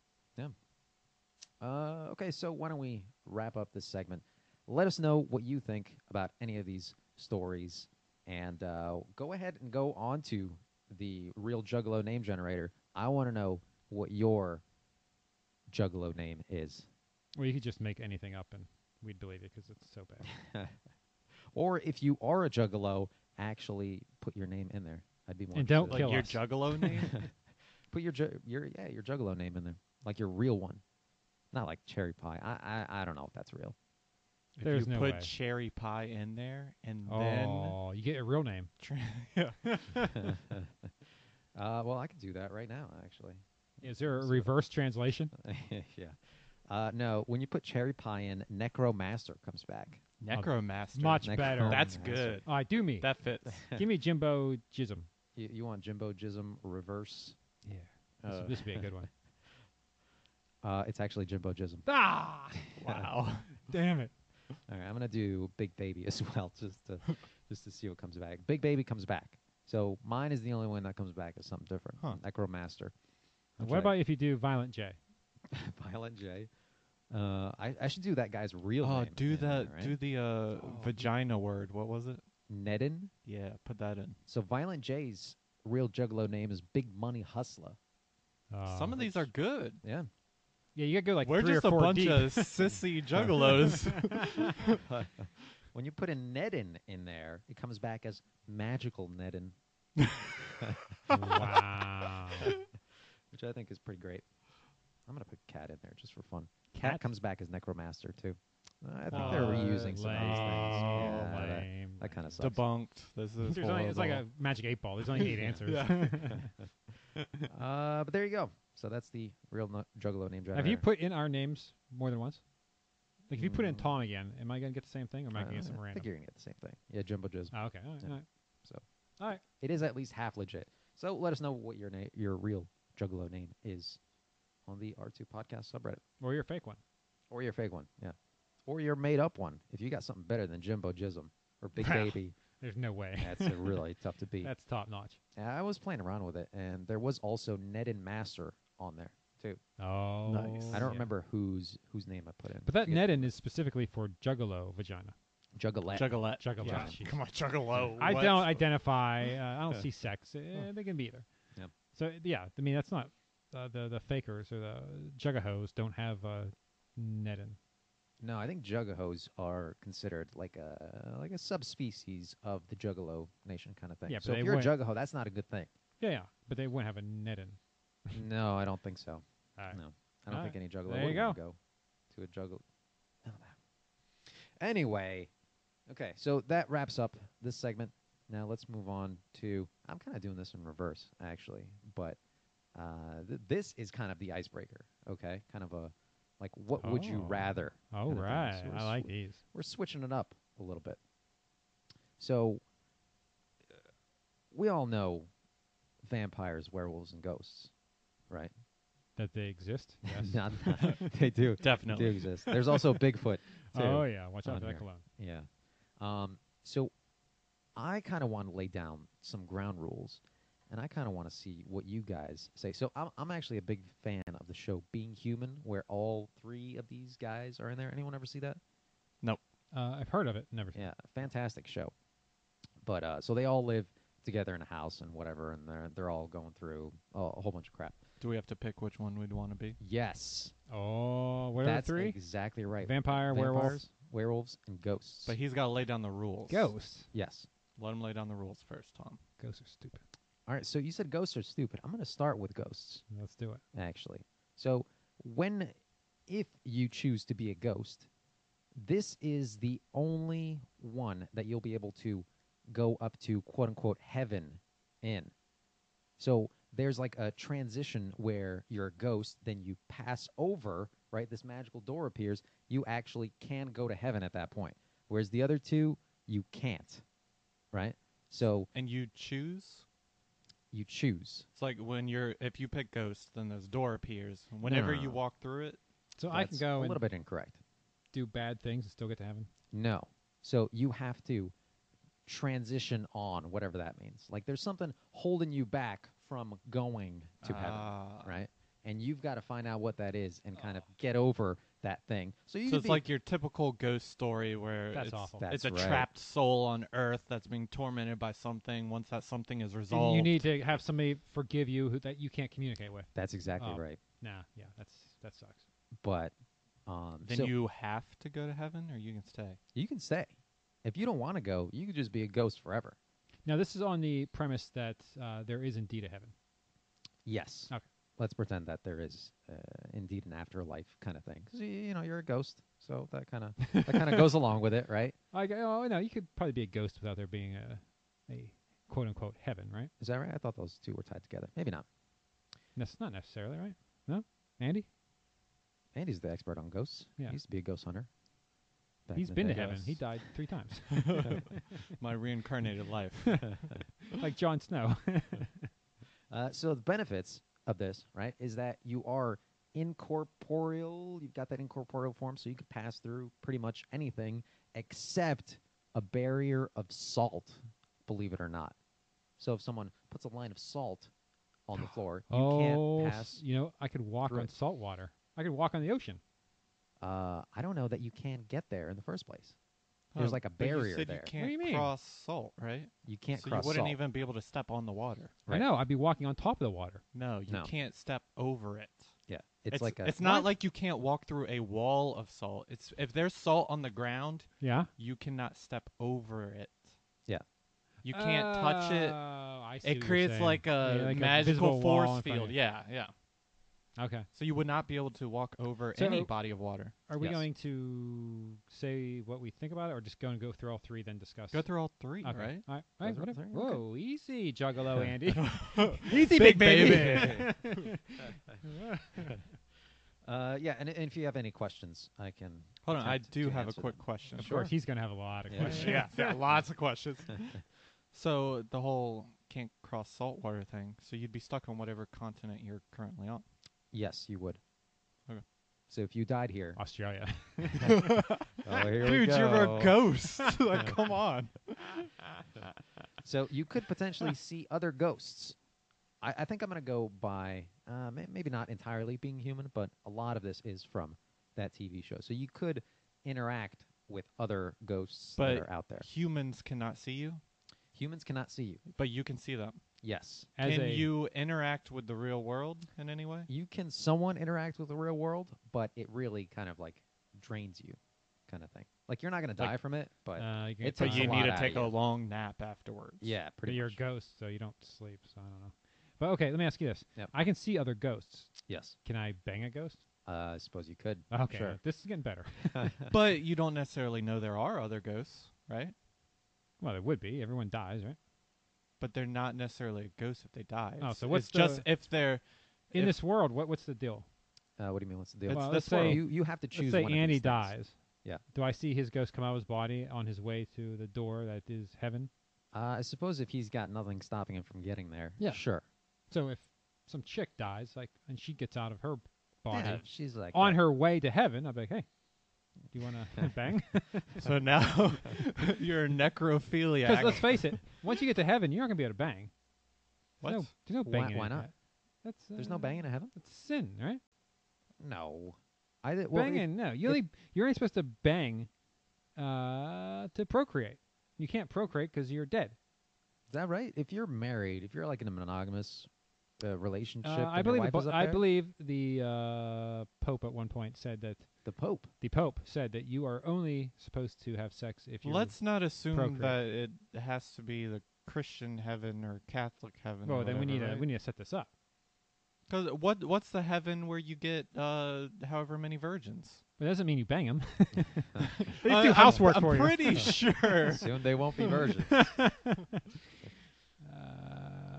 Speaker 2: Uh, okay, so why don't we wrap up this segment? Let us know what you think about any of these stories, and uh, go ahead and go on to the real Juggalo name generator. I want to know what your Juggalo name is,
Speaker 3: Well, you could just make anything up, and we'd believe it because it's so bad.
Speaker 2: or if you are a Juggalo, actually put your name in there. I'd be more
Speaker 3: And don't
Speaker 2: interested.
Speaker 4: Like
Speaker 3: Kill
Speaker 4: your
Speaker 3: us.
Speaker 4: juggalo name?
Speaker 2: put your ju- your yeah your Juggalo name in there, like your real one, not like cherry pie. I I, I don't know if that's real.
Speaker 4: if
Speaker 3: There's
Speaker 4: you
Speaker 3: no
Speaker 4: put
Speaker 3: way.
Speaker 4: cherry pie in there and then
Speaker 3: oh, you get a real name.
Speaker 2: uh, well, I could do that right now, actually.
Speaker 3: Is there a
Speaker 2: So-
Speaker 3: reverse translation?
Speaker 2: yeah. Uh, no, when you put cherry pie in, Necromaster comes back.
Speaker 4: Necromaster.
Speaker 3: Much
Speaker 2: Necro-
Speaker 3: better.
Speaker 4: That's
Speaker 2: Necromaster.
Speaker 4: good.
Speaker 3: Oh, I do me.
Speaker 4: That fits.
Speaker 3: Give me Jimbo Jism.
Speaker 2: You, you want Jimbo Jism reverse?
Speaker 3: Yeah. This,
Speaker 4: Oh.
Speaker 2: Uh,
Speaker 3: this would be a good one.
Speaker 2: Uh, it's actually Jimbo Jism.
Speaker 3: ah!
Speaker 4: Wow.
Speaker 3: Damn it.
Speaker 2: All right, I'm gonna do Big Baby as well, just to just to see what comes back. Big Baby comes back. So mine is the only one that comes back as something different.
Speaker 4: Huh.
Speaker 2: Necromaster. I'll
Speaker 3: What
Speaker 2: try
Speaker 3: about if you do Violent J?
Speaker 2: Violent J? Uh, I, I should do that guy's real
Speaker 4: Oh,
Speaker 2: name.
Speaker 4: do
Speaker 2: in
Speaker 4: the
Speaker 2: there, right?
Speaker 4: do the uh,
Speaker 3: Oh.
Speaker 4: vagina word. What was it?
Speaker 2: Nedden.
Speaker 4: Yeah, put that in.
Speaker 2: So Violent J's real juggalo name is Big Money Hustler.
Speaker 3: Uh,
Speaker 4: Some of these are good.
Speaker 2: Yeah.
Speaker 3: Yeah, you gotta go like
Speaker 4: We're
Speaker 3: three
Speaker 4: just
Speaker 3: or
Speaker 4: a
Speaker 3: four
Speaker 4: bunch
Speaker 3: deep.
Speaker 4: of sissy juggalos.
Speaker 2: When you put a Nedden in there, it comes back as Magical Nedden,
Speaker 3: wow.
Speaker 2: which I think is pretty great. I'm gonna put Cat in there just for fun. Cat,
Speaker 3: Cat?
Speaker 2: comes back as Necromaster too. Uh, I think they're reusing some of these things.
Speaker 3: Oh,
Speaker 2: Yeah, that,
Speaker 3: lame.
Speaker 2: that kind of sucks.
Speaker 4: Debunked. This is
Speaker 3: There's only, it's like a
Speaker 4: horrible.
Speaker 3: magic eight ball. There's only eight answers.
Speaker 2: uh, but there you go. So that's the real nu- juggalo name generator.
Speaker 3: Have you put in our names more than once? Like, if you put in
Speaker 2: Mm.
Speaker 3: Tom again, am I gonna get the same thing, or am I
Speaker 2: Uh,
Speaker 3: gonna get some
Speaker 2: I
Speaker 3: random?
Speaker 2: think you're gonna get the same thing. Yeah, Jumbo Jizz.
Speaker 3: Oh, okay. All right,
Speaker 2: Yeah.
Speaker 3: all right.
Speaker 2: So.
Speaker 3: all right.
Speaker 2: It is at least half legit. So let us know what your name, your real juggalo name is, on the R2 podcast subreddit.
Speaker 3: Or your fake one.
Speaker 2: Or your fake one, yeah. Or your made up one. If you got something better than Jimbo Jism or Big Baby,
Speaker 3: There's no way.
Speaker 2: that's a really tough to beat.
Speaker 3: That's top notch.
Speaker 2: And I was playing around with it, and there was also Ned and Master on there too.
Speaker 3: Oh,
Speaker 4: Nice.
Speaker 2: I don't
Speaker 3: yeah.
Speaker 2: remember whose whose name I put in.
Speaker 3: But that
Speaker 2: Forget-
Speaker 3: Nedden is specifically for Juggalo vagina.
Speaker 2: Juggalette.
Speaker 4: Juggalette.
Speaker 3: Juggalo.
Speaker 4: Yeah.
Speaker 3: jeez.
Speaker 4: Come on, juggalo.
Speaker 3: I
Speaker 4: what?
Speaker 3: don't identify. Uh, I don't see sex. Uh, they can be either.
Speaker 2: Yep.
Speaker 3: So yeah, I mean that's not uh, the the fakers or the juggahos don't have uh, Nedden.
Speaker 2: No, I think juggahos are considered like a like a subspecies of the Juggalo nation kind of thing.
Speaker 3: Yeah, but
Speaker 2: so
Speaker 3: they
Speaker 2: if you're a
Speaker 3: wouldn't-
Speaker 2: Juggaho, that's not a good thing.
Speaker 3: Yeah, yeah, but they wouldn't have a Nedden.
Speaker 2: no, I don't think so.
Speaker 3: All right.
Speaker 2: No, I don't
Speaker 3: All
Speaker 2: think any juggler
Speaker 3: There you
Speaker 2: would want to go to a juggle. None of that. Anyway, okay, so that wraps up this segment. Now let's move on to. I'm kind of doing this in reverse, actually, but uh, th- this is kind of the icebreaker. Okay, kind of a like, what would you
Speaker 3: Oh.
Speaker 2: rather?
Speaker 3: All
Speaker 2: kinda
Speaker 3: right,
Speaker 2: thing. So
Speaker 3: I
Speaker 2: it's-
Speaker 3: like these.
Speaker 2: We're switching it up a little bit. So uh, we all know vampires, werewolves, and ghosts, right?
Speaker 3: That they exist. Yes.
Speaker 2: Not, they do
Speaker 4: Definitely.
Speaker 2: do exist. There's also Bigfoot. Too.
Speaker 3: oh yeah, watch out
Speaker 2: on
Speaker 3: for
Speaker 2: here.
Speaker 3: that cologne.
Speaker 2: yeah. Um, so I kind of want to lay down some ground rules and I kind of want to see what you guys say. So I'm, I'm actually a big fan of the show Being Human, where all three of these guys are in there. Anyone ever see that?
Speaker 3: Uh, I've heard of it. Never. seen it.
Speaker 2: Yeah, fantastic show. But uh, so they all live together in a house and whatever, and they're they're all going through a, a whole bunch of crap.
Speaker 4: Do we have to pick which one we'd want to be?
Speaker 2: Yes,
Speaker 3: Oh, what are the
Speaker 2: that's
Speaker 3: three?
Speaker 2: exactly right.
Speaker 3: Vampire, werewolf,
Speaker 2: Vampires, werewolves, and ghosts.
Speaker 4: But he's got to lay down the rules.
Speaker 3: ghosts.
Speaker 2: yes.
Speaker 4: Let him lay down the rules first, Tom.
Speaker 3: Ghosts are stupid.
Speaker 2: All right. So you said ghosts are stupid. I'm going to start with ghosts.
Speaker 3: Let's do it.
Speaker 2: actually. So when if you choose to be a ghost, this is the only one that you'll be able to go up to quote unquote heaven in. So there's like a transition where you're a ghost, then you pass over, right? This magical door appears, you actually can go to heaven at that point. Whereas the other two, you can't. Right? So
Speaker 4: And you choose.
Speaker 2: you choose.
Speaker 4: It's like when you're if you pick ghost, then this door appears. And Whenever
Speaker 2: no,
Speaker 4: you
Speaker 2: no.
Speaker 4: walk through it,
Speaker 3: So I can
Speaker 2: That's
Speaker 3: go
Speaker 2: a little
Speaker 3: and
Speaker 2: bit incorrect.
Speaker 3: do bad things and still get to heaven.
Speaker 2: No. So you have to transition on, whatever that means. Like there's something holding you back from going to heaven,
Speaker 4: Ah.
Speaker 2: right? And you've got to find out what that is and kind of get over that thing. So you
Speaker 4: So
Speaker 2: could
Speaker 4: it's
Speaker 2: be,
Speaker 4: like your typical ghost story where
Speaker 3: That's
Speaker 4: it's,
Speaker 3: awful.
Speaker 2: That's
Speaker 4: it's a
Speaker 2: right.
Speaker 4: trapped soul on Earth that's being tormented by something. Once that something is
Speaker 3: And
Speaker 4: resolved,
Speaker 3: you need to have somebody forgive you who, that you can't communicate with.
Speaker 2: that's exactly
Speaker 3: Oh.
Speaker 2: right.
Speaker 3: Nah, yeah, that's that sucks.
Speaker 2: But um,
Speaker 4: then
Speaker 2: so
Speaker 4: you have to go to heaven, or you can stay.
Speaker 2: you can stay. If you don't want to go, you could just be a ghost forever.
Speaker 3: Now this is on the premise that uh, there is indeed a heaven.
Speaker 2: Yes.
Speaker 3: Okay.
Speaker 2: Let's pretend that there is uh, indeed an afterlife kind of thing. 'Cause y- you know you're a ghost, so that kind of that kind of goes along with it, right?
Speaker 3: I g- oh no, you could probably be a ghost without there being a a quote unquote heaven, right?
Speaker 2: Is that right? I thought those two were tied together. Maybe not.
Speaker 3: That's not necessarily right. No, Andy,
Speaker 2: Andy's the expert on ghosts.
Speaker 3: Yeah.
Speaker 2: He used to be a ghost hunter. Back
Speaker 3: he's
Speaker 2: in the
Speaker 3: been to
Speaker 2: day.
Speaker 3: heaven. He
Speaker 4: Yes.
Speaker 3: died three times,
Speaker 4: My reincarnated life.
Speaker 3: like Jon Snow.
Speaker 2: Uh, so the benefits of this, right, is that you are incorporeal. You've got that incorporeal form, so you can pass through pretty much anything except a barrier of salt. Believe it or not. So if someone puts a line of salt on the floor, you
Speaker 3: oh,
Speaker 2: can't
Speaker 3: s-
Speaker 2: pass.
Speaker 3: you know, I could walk
Speaker 2: through
Speaker 3: on
Speaker 2: it.
Speaker 3: salt water. I could walk on the ocean.
Speaker 2: Uh, I don't know that you can get there in the first place. There's like a
Speaker 4: Oh, But you
Speaker 2: barrier
Speaker 4: said
Speaker 2: there.
Speaker 4: You
Speaker 2: You
Speaker 4: can't
Speaker 3: do you mean?
Speaker 4: cross salt, right?
Speaker 2: can't
Speaker 4: so
Speaker 2: cross
Speaker 4: you wouldn't
Speaker 2: salt.
Speaker 4: even be able to step on the water.
Speaker 2: Right.
Speaker 3: I know. I'd be walking on top of the water.
Speaker 4: No, you
Speaker 2: No.
Speaker 4: can't step over it.
Speaker 2: yeah, it's, like a
Speaker 4: it's not
Speaker 3: What?
Speaker 4: like you can't walk through a wall of salt. It's if there's salt on the ground,
Speaker 3: Yeah.
Speaker 4: you cannot step over it.
Speaker 2: Yeah.
Speaker 4: You can't touch it.
Speaker 3: Oh, I see what
Speaker 4: It
Speaker 3: you're
Speaker 4: creates
Speaker 3: saying.
Speaker 4: like a
Speaker 3: Yeah, like
Speaker 4: magical
Speaker 3: visible wall
Speaker 4: force
Speaker 3: in front of
Speaker 4: field.
Speaker 3: you.
Speaker 4: Yeah, yeah.
Speaker 3: Okay.
Speaker 4: So you would not be able to walk over
Speaker 3: So-
Speaker 4: any body of water.
Speaker 3: Are we
Speaker 2: Yes.
Speaker 3: going to say what we think about it, or just go and go through all three, then discuss?
Speaker 4: Go through all three,
Speaker 3: Okay.
Speaker 4: right?
Speaker 3: All right. All right
Speaker 2: through all
Speaker 3: whatever.
Speaker 2: three, okay.
Speaker 3: Whoa, easy, Juggalo Andy. easy, big,
Speaker 4: Big
Speaker 3: baby.
Speaker 2: Uh, yeah, and, and if you have any questions, I can.
Speaker 4: Hold on, I
Speaker 2: attempt
Speaker 4: do
Speaker 2: to
Speaker 4: have a
Speaker 2: answer
Speaker 4: quick
Speaker 2: them.
Speaker 4: question.
Speaker 3: of course, he's gonna have a lot of
Speaker 2: Yeah.
Speaker 3: questions.
Speaker 4: yeah, yeah, lots of questions. so the whole can't cross saltwater thing. So you'd be stuck on whatever continent you're currently on.
Speaker 2: Yes, you would.
Speaker 4: Okay.
Speaker 2: So if you died here,
Speaker 3: Australia.
Speaker 2: oh, here
Speaker 4: Dude, you're a ghost. like, come on.
Speaker 2: So you could potentially see other ghosts. I, I think I'm going to go by uh, may, maybe not entirely being human, but a lot of this is from that TV show. So you could interact with other ghosts
Speaker 4: But
Speaker 2: that are out there.
Speaker 4: Humans cannot see you,
Speaker 2: Humans cannot see you.
Speaker 4: but you can see them.
Speaker 2: Yes.
Speaker 3: As
Speaker 4: can
Speaker 3: a, uh,
Speaker 4: you interact with the real world in any way?
Speaker 2: You can someone interact with the real world, but it really kind of like drains you, kind of thing. Like you're not going to die
Speaker 4: Like,
Speaker 2: from it, but
Speaker 3: Uh, you can
Speaker 2: It
Speaker 3: get
Speaker 2: takes
Speaker 4: But
Speaker 2: a
Speaker 3: time.
Speaker 4: you
Speaker 2: lot
Speaker 4: need to
Speaker 2: outta
Speaker 4: take a
Speaker 2: you.
Speaker 4: long nap afterwards.
Speaker 2: yeah,
Speaker 3: But
Speaker 2: pretty
Speaker 3: you're
Speaker 2: much.
Speaker 3: a ghost, so you don't sleep. So I don't know. But okay, let me ask you this:
Speaker 2: Yep.
Speaker 3: I can see other ghosts.
Speaker 2: Yes.
Speaker 3: Can I bang a ghost?
Speaker 2: Uh, I suppose you could.
Speaker 3: Okay,
Speaker 2: Sure.
Speaker 3: this is getting better.
Speaker 4: But you don't necessarily know there are other ghosts, right?
Speaker 3: well, it would be. Everyone dies, right?
Speaker 4: But they're not necessarily a ghost if they die.
Speaker 3: Oh,
Speaker 4: It's-
Speaker 3: so what's
Speaker 4: it's just
Speaker 3: the-
Speaker 4: if they're
Speaker 3: In
Speaker 4: If-
Speaker 3: this world, what what's the deal?
Speaker 2: Uh, what do you mean? What's the deal? Oh,
Speaker 4: It's
Speaker 3: Well,
Speaker 4: this
Speaker 3: let's say-
Speaker 4: world.
Speaker 2: you you have to
Speaker 3: Let's
Speaker 2: choose.
Speaker 3: say
Speaker 2: one of
Speaker 3: Andy
Speaker 2: these things.
Speaker 3: dies.
Speaker 2: Yeah.
Speaker 3: Do I see his ghost come out of his body on his way to the door that is heaven?
Speaker 2: Uh, I suppose if he's got nothing stopping him from getting there.
Speaker 3: Yeah.
Speaker 2: Sure.
Speaker 3: So if some chick dies, like, and she gets out of her body
Speaker 2: Yeah, she's like uh,
Speaker 3: on
Speaker 2: that.
Speaker 3: her way to heaven, I'd be like, hey, do you want to bang?
Speaker 4: So now you're a necrophiliac.
Speaker 3: Because let's face it, once you get to heaven, you're not gonna be able to bang.
Speaker 4: What?
Speaker 3: No, there's no
Speaker 2: Why-
Speaker 3: banging.
Speaker 2: why
Speaker 3: in
Speaker 2: not?
Speaker 3: that. That's
Speaker 2: There's no
Speaker 3: uh,
Speaker 2: banging in heaven.
Speaker 3: That's sin, right?
Speaker 2: No, I did. Well, it-
Speaker 3: banging. No, you only you're only supposed to bang uh, to procreate. You can't procreate because you're dead.
Speaker 2: is that right? If you're married, if you're like in a monogamous uh, relationship,
Speaker 3: Uh,
Speaker 2: and
Speaker 3: I
Speaker 2: your
Speaker 3: believe the
Speaker 2: wife
Speaker 3: bo-
Speaker 2: is up
Speaker 3: I
Speaker 2: there,
Speaker 3: believe the uh, Pope at one point said that
Speaker 2: the Pope.
Speaker 3: the Pope said that you are only supposed to have sex if you
Speaker 4: Let's not assume
Speaker 3: procreate.
Speaker 4: that it has to be the Christian heaven or Catholic heaven.
Speaker 3: Well,
Speaker 4: or
Speaker 3: then we need
Speaker 4: whatever,
Speaker 3: to we need to set this up.
Speaker 4: Because what what's the heaven where you get uh, however many virgins?
Speaker 3: But that doesn't mean you bang them. they
Speaker 4: Uh,
Speaker 3: do
Speaker 4: I'm-
Speaker 3: housework
Speaker 4: I'm
Speaker 3: for you.
Speaker 4: pretty sure.
Speaker 2: Soon they won't be virgins.
Speaker 3: Uh,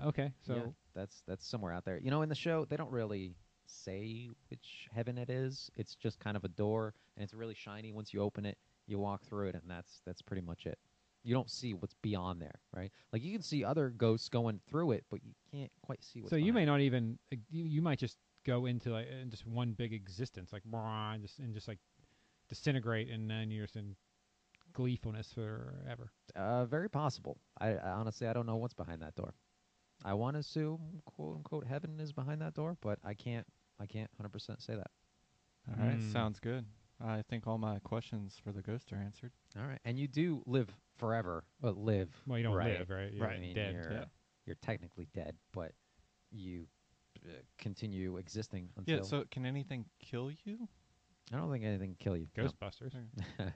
Speaker 3: okay, so
Speaker 2: Yeah, that's that's somewhere out there. You know, in the show, they don't really say which heaven it is. It's just kind of a door, and it's really shiny. Once you open it, you walk through it, and that's that's pretty much it. You don't see what's beyond there, right? Like you can see other ghosts going through it, but you can't quite see what's.
Speaker 3: so you may
Speaker 2: behind
Speaker 3: not even uh, you, you might just go into like uh, just one big existence like brah, and just and just like disintegrate and then you're just in gleefulness forever.
Speaker 2: it. Uh, very possible. I, I honestly, I don't know what's behind that door. I want to assume quote unquote heaven is behind that door, but I can't. I can't 100% say that.
Speaker 4: all right,
Speaker 3: Mm.
Speaker 4: sounds good. I think all my questions for the ghost are answered.
Speaker 2: All right, and you do live forever, but live.
Speaker 3: Well, you don't
Speaker 2: right.
Speaker 3: live, right? You're
Speaker 2: I mean,
Speaker 3: Dead.
Speaker 2: You're,
Speaker 4: yeah.
Speaker 2: you're technically dead, but you uh, continue existing until.
Speaker 4: Yeah. So can anything kill you?
Speaker 2: I don't think anything can kill you. no.
Speaker 3: Ghostbusters.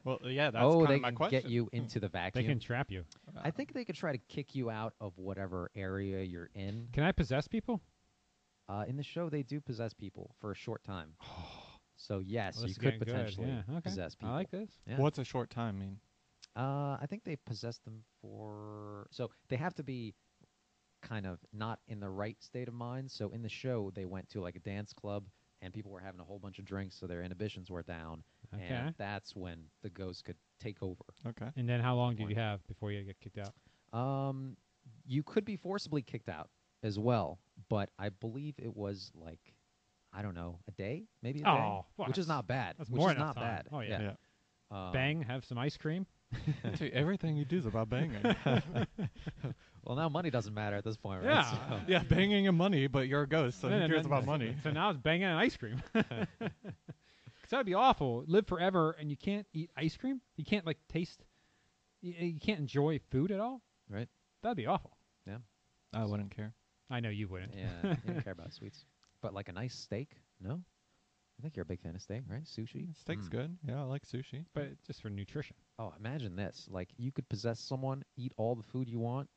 Speaker 4: Well, yeah, that's
Speaker 2: Oh,
Speaker 4: kind
Speaker 2: they
Speaker 4: of my
Speaker 2: can
Speaker 4: question.
Speaker 2: get you into the vacuum.
Speaker 3: Hmm. They can trap you.
Speaker 2: I think they could try to kick you out of whatever area you're in.
Speaker 3: Can I possess people?
Speaker 2: Uh, in the show, they do possess people for a short time. So yes,
Speaker 3: Well, this
Speaker 2: you
Speaker 3: is
Speaker 2: could
Speaker 3: getting good.
Speaker 2: potentially
Speaker 3: Yeah, okay.
Speaker 2: possess people.
Speaker 3: I like this.
Speaker 2: Yeah.
Speaker 4: What's a short time mean?
Speaker 2: Uh, I think they've possessed them for. So they have to be kind of not in the right state of mind. So in the show, they went to like a dance club and people were having a whole bunch of drinks, so their inhibitions were down.
Speaker 3: Okay.
Speaker 2: And that's when the ghost could take over.
Speaker 4: Okay.
Speaker 3: And then how long did you
Speaker 2: Point.
Speaker 3: have before you get kicked out?
Speaker 2: Um, you could be forcibly kicked out as well, but I believe it was like, I don't know, a day? Maybe a
Speaker 3: Oh,
Speaker 2: day?
Speaker 3: well,
Speaker 2: Which is
Speaker 3: that's-
Speaker 2: not bad.
Speaker 3: that's
Speaker 2: which
Speaker 3: more
Speaker 2: is
Speaker 3: than
Speaker 2: not
Speaker 3: enough time.
Speaker 2: bad.
Speaker 3: Oh, yeah.
Speaker 4: Yeah.
Speaker 2: Um,
Speaker 3: Bang, have some ice cream.
Speaker 4: Dude, everything you do is about banging.
Speaker 2: Well, now money doesn't matter at this point, right?
Speaker 3: Yeah.
Speaker 2: So-
Speaker 4: yeah, banging and money, but you're a ghost, so
Speaker 3: No,
Speaker 4: who
Speaker 3: no,
Speaker 4: cares
Speaker 3: no,
Speaker 4: about
Speaker 3: no.
Speaker 4: money?
Speaker 3: So now it's banging on ice cream. Because that'd be awful. Live forever and you can't eat ice cream. You can't like taste. You, you can't enjoy food at all.
Speaker 2: Right.
Speaker 3: That'd be awful.
Speaker 4: I wouldn't care.
Speaker 3: I know you wouldn't.
Speaker 2: Yeah, you don't care about sweets. But like a nice steak, no? I think you're a big fan of steak, right? Sushi?
Speaker 4: Steak's
Speaker 2: Mm.
Speaker 4: good. Yeah, I like sushi.
Speaker 3: But just for nutrition.
Speaker 2: Oh, imagine this. Like you could possess someone, eat all the food you want,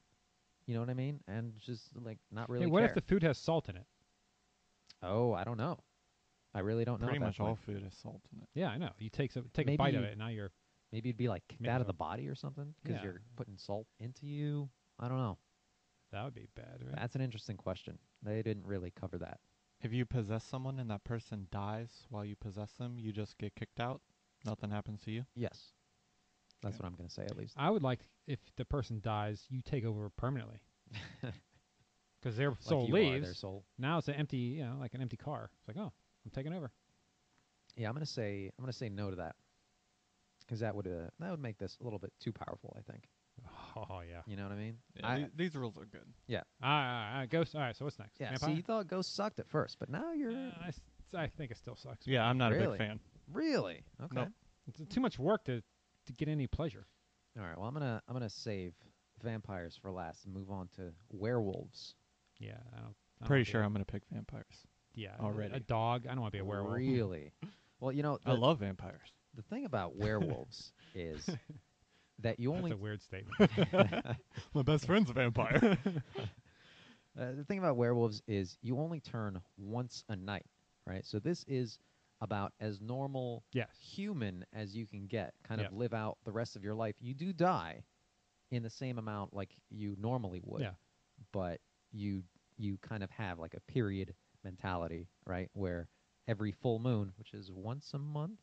Speaker 2: you know what I mean? And just like not really
Speaker 3: hey, what if
Speaker 2: care.
Speaker 3: the food has salt in it?
Speaker 2: Oh, I don't know. I really don't know.
Speaker 4: Pretty
Speaker 2: at that
Speaker 4: much all
Speaker 2: point.
Speaker 4: food is salt in it.
Speaker 3: Yeah, I know. You take some, take
Speaker 2: Maybe
Speaker 3: a bite of
Speaker 2: you-
Speaker 3: it, and now you're.
Speaker 2: Maybe you'd be like kicked
Speaker 3: Maybe
Speaker 2: out of
Speaker 3: so.
Speaker 2: the body or something because
Speaker 3: Yeah.
Speaker 2: you're putting salt into you. I don't know.
Speaker 3: That would be bad, right?
Speaker 2: That's an interesting question. They didn't really cover that.
Speaker 4: If you possess someone and that person dies while you possess them, you just get kicked out. Nothing happens to you.
Speaker 2: Yes. That's
Speaker 4: Okay.
Speaker 2: what I'm going to say at least.
Speaker 3: I would like if the person dies, you take over permanently. Because their soul
Speaker 2: like you are
Speaker 3: leaves.
Speaker 2: their soul.
Speaker 3: Now it's an empty, you know, like an empty car. It's like, oh, I'm taking over.
Speaker 2: Yeah, I'm gonna say I'm gonna say no to that because that would uh, that would make this a little bit too powerful. I think.
Speaker 3: Oh yeah.
Speaker 2: You know what I mean?
Speaker 4: Yeah,
Speaker 2: I-
Speaker 4: the- these rules are good.
Speaker 3: All right, all right, ghost. All right, so what's next?
Speaker 2: yeah.
Speaker 3: Vampire?
Speaker 2: See, you thought ghosts sucked at first, but now you're
Speaker 3: Uh, I, s- I think it still sucks.
Speaker 4: Yeah, I'm not a
Speaker 2: Really?
Speaker 4: big fan.
Speaker 2: really okay.
Speaker 4: Nope.
Speaker 3: It's too much work to to get any pleasure.
Speaker 2: All right. Well, I'm gonna I'm gonna save vampires for last and move on to werewolves.
Speaker 3: Oh, Yeah, I don't. I don't wanna
Speaker 4: Pretty
Speaker 3: be
Speaker 4: sure
Speaker 3: a-
Speaker 4: I'm gonna pick vampires.
Speaker 3: Yeah, a-
Speaker 4: already.
Speaker 3: a dog. I don't want to be a werewolf.
Speaker 2: Really? Well, you know, the,
Speaker 4: I love vampires.
Speaker 2: the thing about werewolves is that you
Speaker 3: That's
Speaker 2: only
Speaker 3: a weird statement.
Speaker 4: My best friend's a vampire.
Speaker 2: Uh, the thing about werewolves is you only turn once a night, right? So this is about as normal
Speaker 3: yes.
Speaker 2: human as you can get, kind
Speaker 3: Yep.
Speaker 2: of live out the rest of your life. You do die in the same amount like you normally would.
Speaker 3: Yeah.
Speaker 2: But you you kind of have like a period mentality, right? Where every full moon, which is once a month,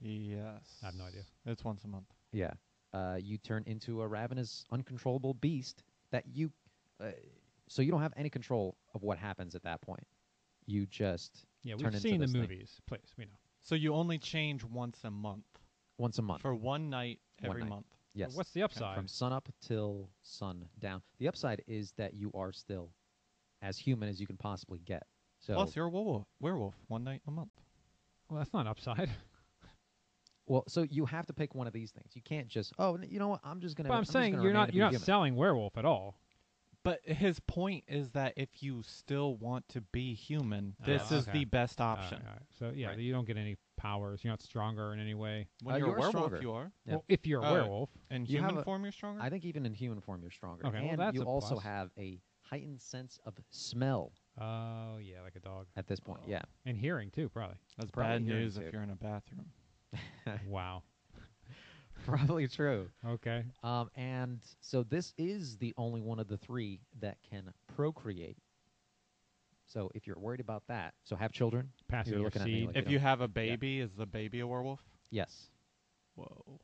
Speaker 4: yes.
Speaker 3: I have no idea.
Speaker 4: It's once a month.
Speaker 2: yeah, uh, you turn into a ravenous, uncontrollable beast that you. Uh, so you don't have any control of what happens at that point. You just
Speaker 3: Yeah,
Speaker 2: turn
Speaker 3: we've
Speaker 2: into
Speaker 3: seen the
Speaker 2: this thing.
Speaker 3: movies. Please, we know.
Speaker 4: So you only change once a month
Speaker 2: once a month.
Speaker 4: for one night
Speaker 2: One
Speaker 4: every
Speaker 2: night.
Speaker 4: month.
Speaker 3: But
Speaker 2: yes.
Speaker 3: What's the upside?
Speaker 2: From sun up till sun down. The upside is that you are still as human as you can possibly get. So,
Speaker 4: Plus, you're a werewolf, werewolf one night a month.
Speaker 3: Well, that's not upside.
Speaker 2: well, so you have to pick one of these things. You can't just, oh, n- you know what? I'm just gonna.
Speaker 3: but I'm,
Speaker 2: just
Speaker 3: saying
Speaker 2: gonna
Speaker 3: you're
Speaker 2: remain
Speaker 3: not
Speaker 2: to
Speaker 3: you're
Speaker 2: be
Speaker 3: not
Speaker 2: human.
Speaker 3: selling werewolf at all.
Speaker 4: But his point is that if you still want to be human, this
Speaker 3: Oh,
Speaker 4: is
Speaker 3: okay.
Speaker 4: the best
Speaker 3: All right,
Speaker 4: option.
Speaker 3: all right. So yeah,
Speaker 4: Right.
Speaker 3: you don't get any powers. You're not stronger in any way.
Speaker 4: When
Speaker 2: Uh,
Speaker 4: you're,
Speaker 2: you are
Speaker 4: a werewolf,
Speaker 2: stronger.
Speaker 4: you are.
Speaker 2: Yeah. Uh,
Speaker 3: Well, if you're a
Speaker 4: Oh,
Speaker 3: werewolf,
Speaker 4: In
Speaker 2: You have
Speaker 4: human
Speaker 2: a-
Speaker 4: form, you're stronger.
Speaker 2: I think even in human form, you're stronger,
Speaker 3: Okay, well,
Speaker 2: and
Speaker 3: that's
Speaker 2: you
Speaker 3: a
Speaker 2: also
Speaker 3: plus.
Speaker 2: have a heightened sense of smell
Speaker 3: oh yeah, like a dog,
Speaker 2: at this point. Yeah,
Speaker 3: and hearing too, probably.
Speaker 4: That's
Speaker 2: probably
Speaker 4: bad
Speaker 2: hearing
Speaker 4: news
Speaker 2: too.
Speaker 4: if you're in a bathroom.
Speaker 3: wow.
Speaker 2: probably true.
Speaker 3: Okay.
Speaker 2: Um, and so this is the only one of the three that can procreate. So if you're worried about that, so have children.
Speaker 3: Passing
Speaker 2: You're
Speaker 3: your
Speaker 2: looking at me
Speaker 3: seed.
Speaker 2: like-
Speaker 4: If
Speaker 2: don't-
Speaker 4: you have a baby, is the baby a werewolf?
Speaker 2: Yes.
Speaker 4: Whoa.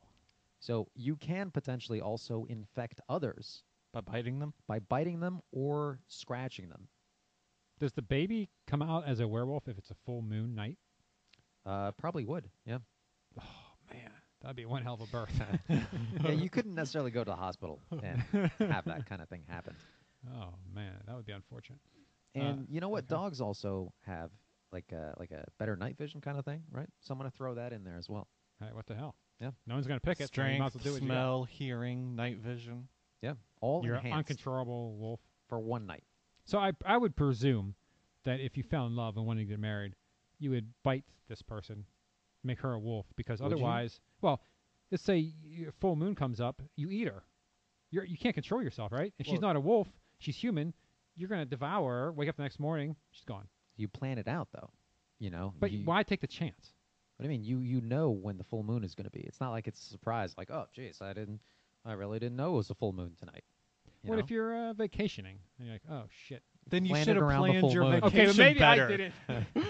Speaker 2: So you can potentially also infect others
Speaker 4: By biting them?
Speaker 2: by biting them or scratching them.
Speaker 3: Does the baby come out as a werewolf if it's a full moon night?
Speaker 2: Uh, probably would. Yeah.
Speaker 3: Man, that'd be one hell of a birth.
Speaker 2: yeah. You couldn't necessarily go to the hospital and have that kind of thing happen.
Speaker 3: oh man, that would be unfortunate. Uh,
Speaker 2: And you know what?
Speaker 3: okay.
Speaker 2: Dogs also have like a like a better night vision kind of thing, right? So I'm gonna throw that in there as well.
Speaker 3: Hey, what the hell?
Speaker 2: Yeah.
Speaker 3: No one's gonna pick it. so you might as well
Speaker 4: Strength,
Speaker 3: do what you got.
Speaker 4: smell, hearing, night vision.
Speaker 2: Yeah. All
Speaker 3: You're an
Speaker 2: enhanced
Speaker 3: uncontrollable wolf.
Speaker 2: for one night.
Speaker 3: So I I would presume that if you fell in love and wanted to get married, you would bite this person, make her a wolf, because
Speaker 2: Would you?
Speaker 3: otherwise, well, let's say y- full moon comes up, you eat her. You're, you can't control yourself, right? If she's
Speaker 2: Well-
Speaker 3: not a wolf, she's human. You're gonna devour her. Wake up the next morning, she's gone.
Speaker 2: You plan it out though. You know.
Speaker 3: But
Speaker 2: you,
Speaker 3: why take the chance?
Speaker 2: What do you mean? You you know when the full moon is going to be. It's not like it's a surprise. Like, oh, jeez, I didn't, I really didn't know it was a full moon tonight. You
Speaker 3: what
Speaker 2: know?
Speaker 3: if you're uh, vacationing and you're like, oh shit?
Speaker 4: Then you
Speaker 2: Plan it
Speaker 4: should have
Speaker 2: around the
Speaker 4: planned
Speaker 2: full
Speaker 4: your
Speaker 2: moon.
Speaker 3: Okay,
Speaker 4: vacation
Speaker 3: but maybe
Speaker 4: better.
Speaker 3: I did it.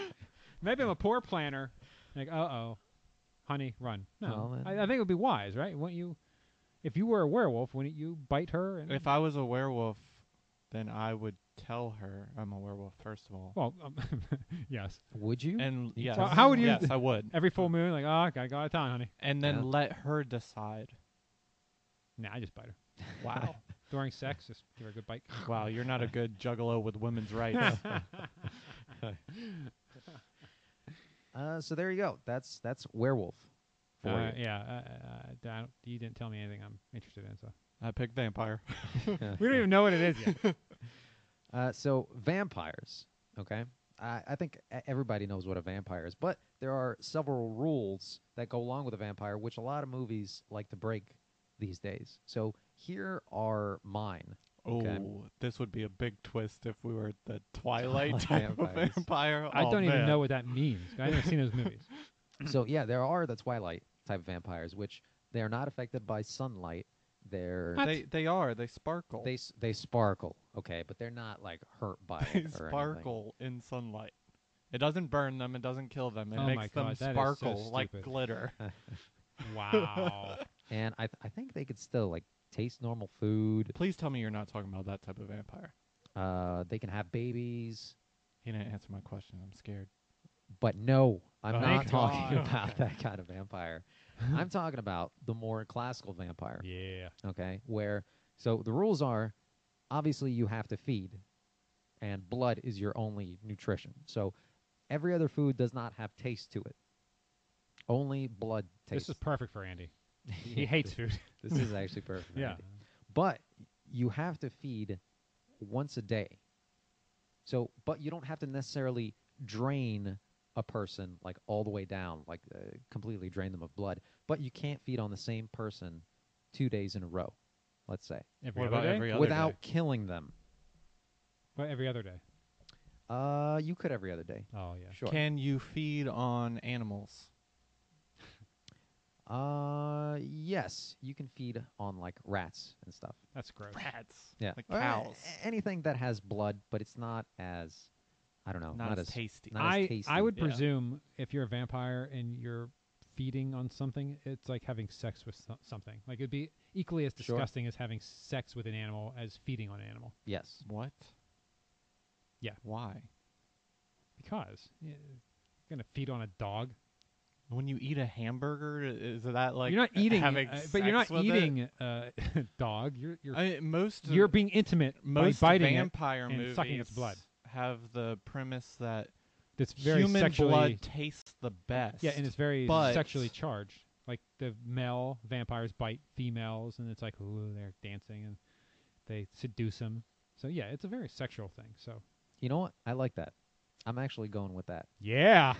Speaker 3: maybe I'm a poor planner. Like, uh oh, honey, run. No,
Speaker 2: Well, then-
Speaker 3: I, I think it would be wise, right? Wouldn't you? If you were a werewolf, wouldn't you bite her? And
Speaker 4: If I was a werewolf, then I would tell her I'm a werewolf, first of all.
Speaker 3: well, um, yes,
Speaker 2: Would you?
Speaker 4: And
Speaker 2: You
Speaker 4: yes,
Speaker 3: tell How would her? you-
Speaker 4: Yes, I would.
Speaker 3: every full moon, like, oh, I got a town, honey.
Speaker 4: And then
Speaker 2: Yeah.
Speaker 4: let her decide.
Speaker 3: Nah, I just bite her
Speaker 4: Wow.
Speaker 3: during sex. Just give her a good bite.
Speaker 4: wow, you're not a good juggalo with women's rights.
Speaker 2: uh, so there you go. That's that's werewolf. For
Speaker 3: Uh,
Speaker 2: you.
Speaker 3: yeah, uh, uh, I don't- you didn't tell me anything I'm interested in, so
Speaker 4: I picked vampire.
Speaker 3: we don't even know what it is yet.
Speaker 2: Uh, so vampires. Okay. I, I think e- everybody knows what a vampire is, but there are several rules that go along with a vampire, which a lot of movies like to break these days. So here are mine.
Speaker 4: Oh,
Speaker 2: Okay.
Speaker 4: this would be a big twist if we were the Twilight type
Speaker 2: Vampires.
Speaker 4: of vampire.
Speaker 3: I
Speaker 4: Oh,
Speaker 3: don't even
Speaker 4: man.
Speaker 3: know what that means. I haven't seen those movies.
Speaker 2: so yeah, there are the twilight type vampires, which they are not affected by sunlight. They're
Speaker 4: They they are. They sparkle.
Speaker 2: they s- they sparkle, okay, but they're not like hurt by
Speaker 4: They
Speaker 2: it or anything.
Speaker 4: sparkle in sunlight. It doesn't burn them. It doesn't kill them. It
Speaker 3: Oh my
Speaker 4: makes
Speaker 3: God,
Speaker 4: them
Speaker 3: that is so
Speaker 4: sparkle like
Speaker 3: stupid. Uh.
Speaker 4: glitter.
Speaker 3: Wow.
Speaker 2: And I th- I think they could still like taste normal food.
Speaker 4: Please tell me you're not talking about that type of vampire.
Speaker 2: Uh, they can have babies,
Speaker 4: He didn't answer my question. I'm scared.
Speaker 2: but no, I'm
Speaker 3: Oh,
Speaker 2: not
Speaker 3: thank
Speaker 2: talking
Speaker 3: God.
Speaker 2: about that kind of vampire. I'm talking about the more classical vampire.
Speaker 3: yeah.
Speaker 2: okay where so the rules are obviously you have to feed and blood is your only nutrition so every other food does not have taste to it only blood tastes
Speaker 3: This is perfect for Andy. He hates food.
Speaker 2: this is actually perfect
Speaker 3: Yeah.
Speaker 2: Andy. but you have to feed once a day so but you don't have to necessarily drain a person like all the way down like uh, completely drain them of blood but you can't feed on the same person two days in a row let's say
Speaker 3: Every
Speaker 4: what
Speaker 3: other
Speaker 4: about
Speaker 3: day?
Speaker 4: every other
Speaker 2: without
Speaker 4: day?
Speaker 2: killing them.
Speaker 3: What, every other day.
Speaker 2: Uh, you could every other day.
Speaker 3: Oh yeah.
Speaker 2: Sure.
Speaker 4: Can you feed on animals?
Speaker 2: uh, yes, you can feed on like rats and stuff.
Speaker 3: That's gross.
Speaker 4: Rats.
Speaker 2: Yeah,
Speaker 4: Like
Speaker 2: Or a-
Speaker 4: cows.
Speaker 2: anything that has blood, but it's not as, I
Speaker 3: Oh,
Speaker 2: don't know,
Speaker 4: not,
Speaker 2: not,
Speaker 4: as tasty.
Speaker 2: not- as
Speaker 3: I
Speaker 2: tasty.
Speaker 3: I would
Speaker 4: Yeah.
Speaker 3: presume if you're a vampire and you're feeding on something, it's like having sex with so- something. Like it'd be equally as
Speaker 2: Sure.
Speaker 3: disgusting as having sex with an animal as feeding on an animal.
Speaker 2: yes.
Speaker 4: What?
Speaker 3: Yeah.
Speaker 4: Why?
Speaker 3: Because yeah, you're gonna feed on a dog.
Speaker 4: When you eat a hamburger, i- is that like
Speaker 3: you're not eating,
Speaker 4: having
Speaker 3: uh, but you're
Speaker 4: sex
Speaker 3: not
Speaker 4: with it?
Speaker 3: eating uh, dog. You're you're
Speaker 4: I, most
Speaker 3: you're being intimate
Speaker 4: most
Speaker 3: by biting it.
Speaker 4: vampire
Speaker 3: and
Speaker 4: movies
Speaker 3: sucking its blood.
Speaker 4: have the premise that
Speaker 3: That's very
Speaker 4: human
Speaker 3: sexually
Speaker 4: blood tastes the best.
Speaker 3: yeah, and it's very
Speaker 4: but-
Speaker 3: sexually charged. Like the male vampires bite females, and it's like ooh, they're dancing and they seduce them. So yeah, it's a very sexual thing. So
Speaker 2: You know what? I like that. I'm actually going with that.
Speaker 3: yeah,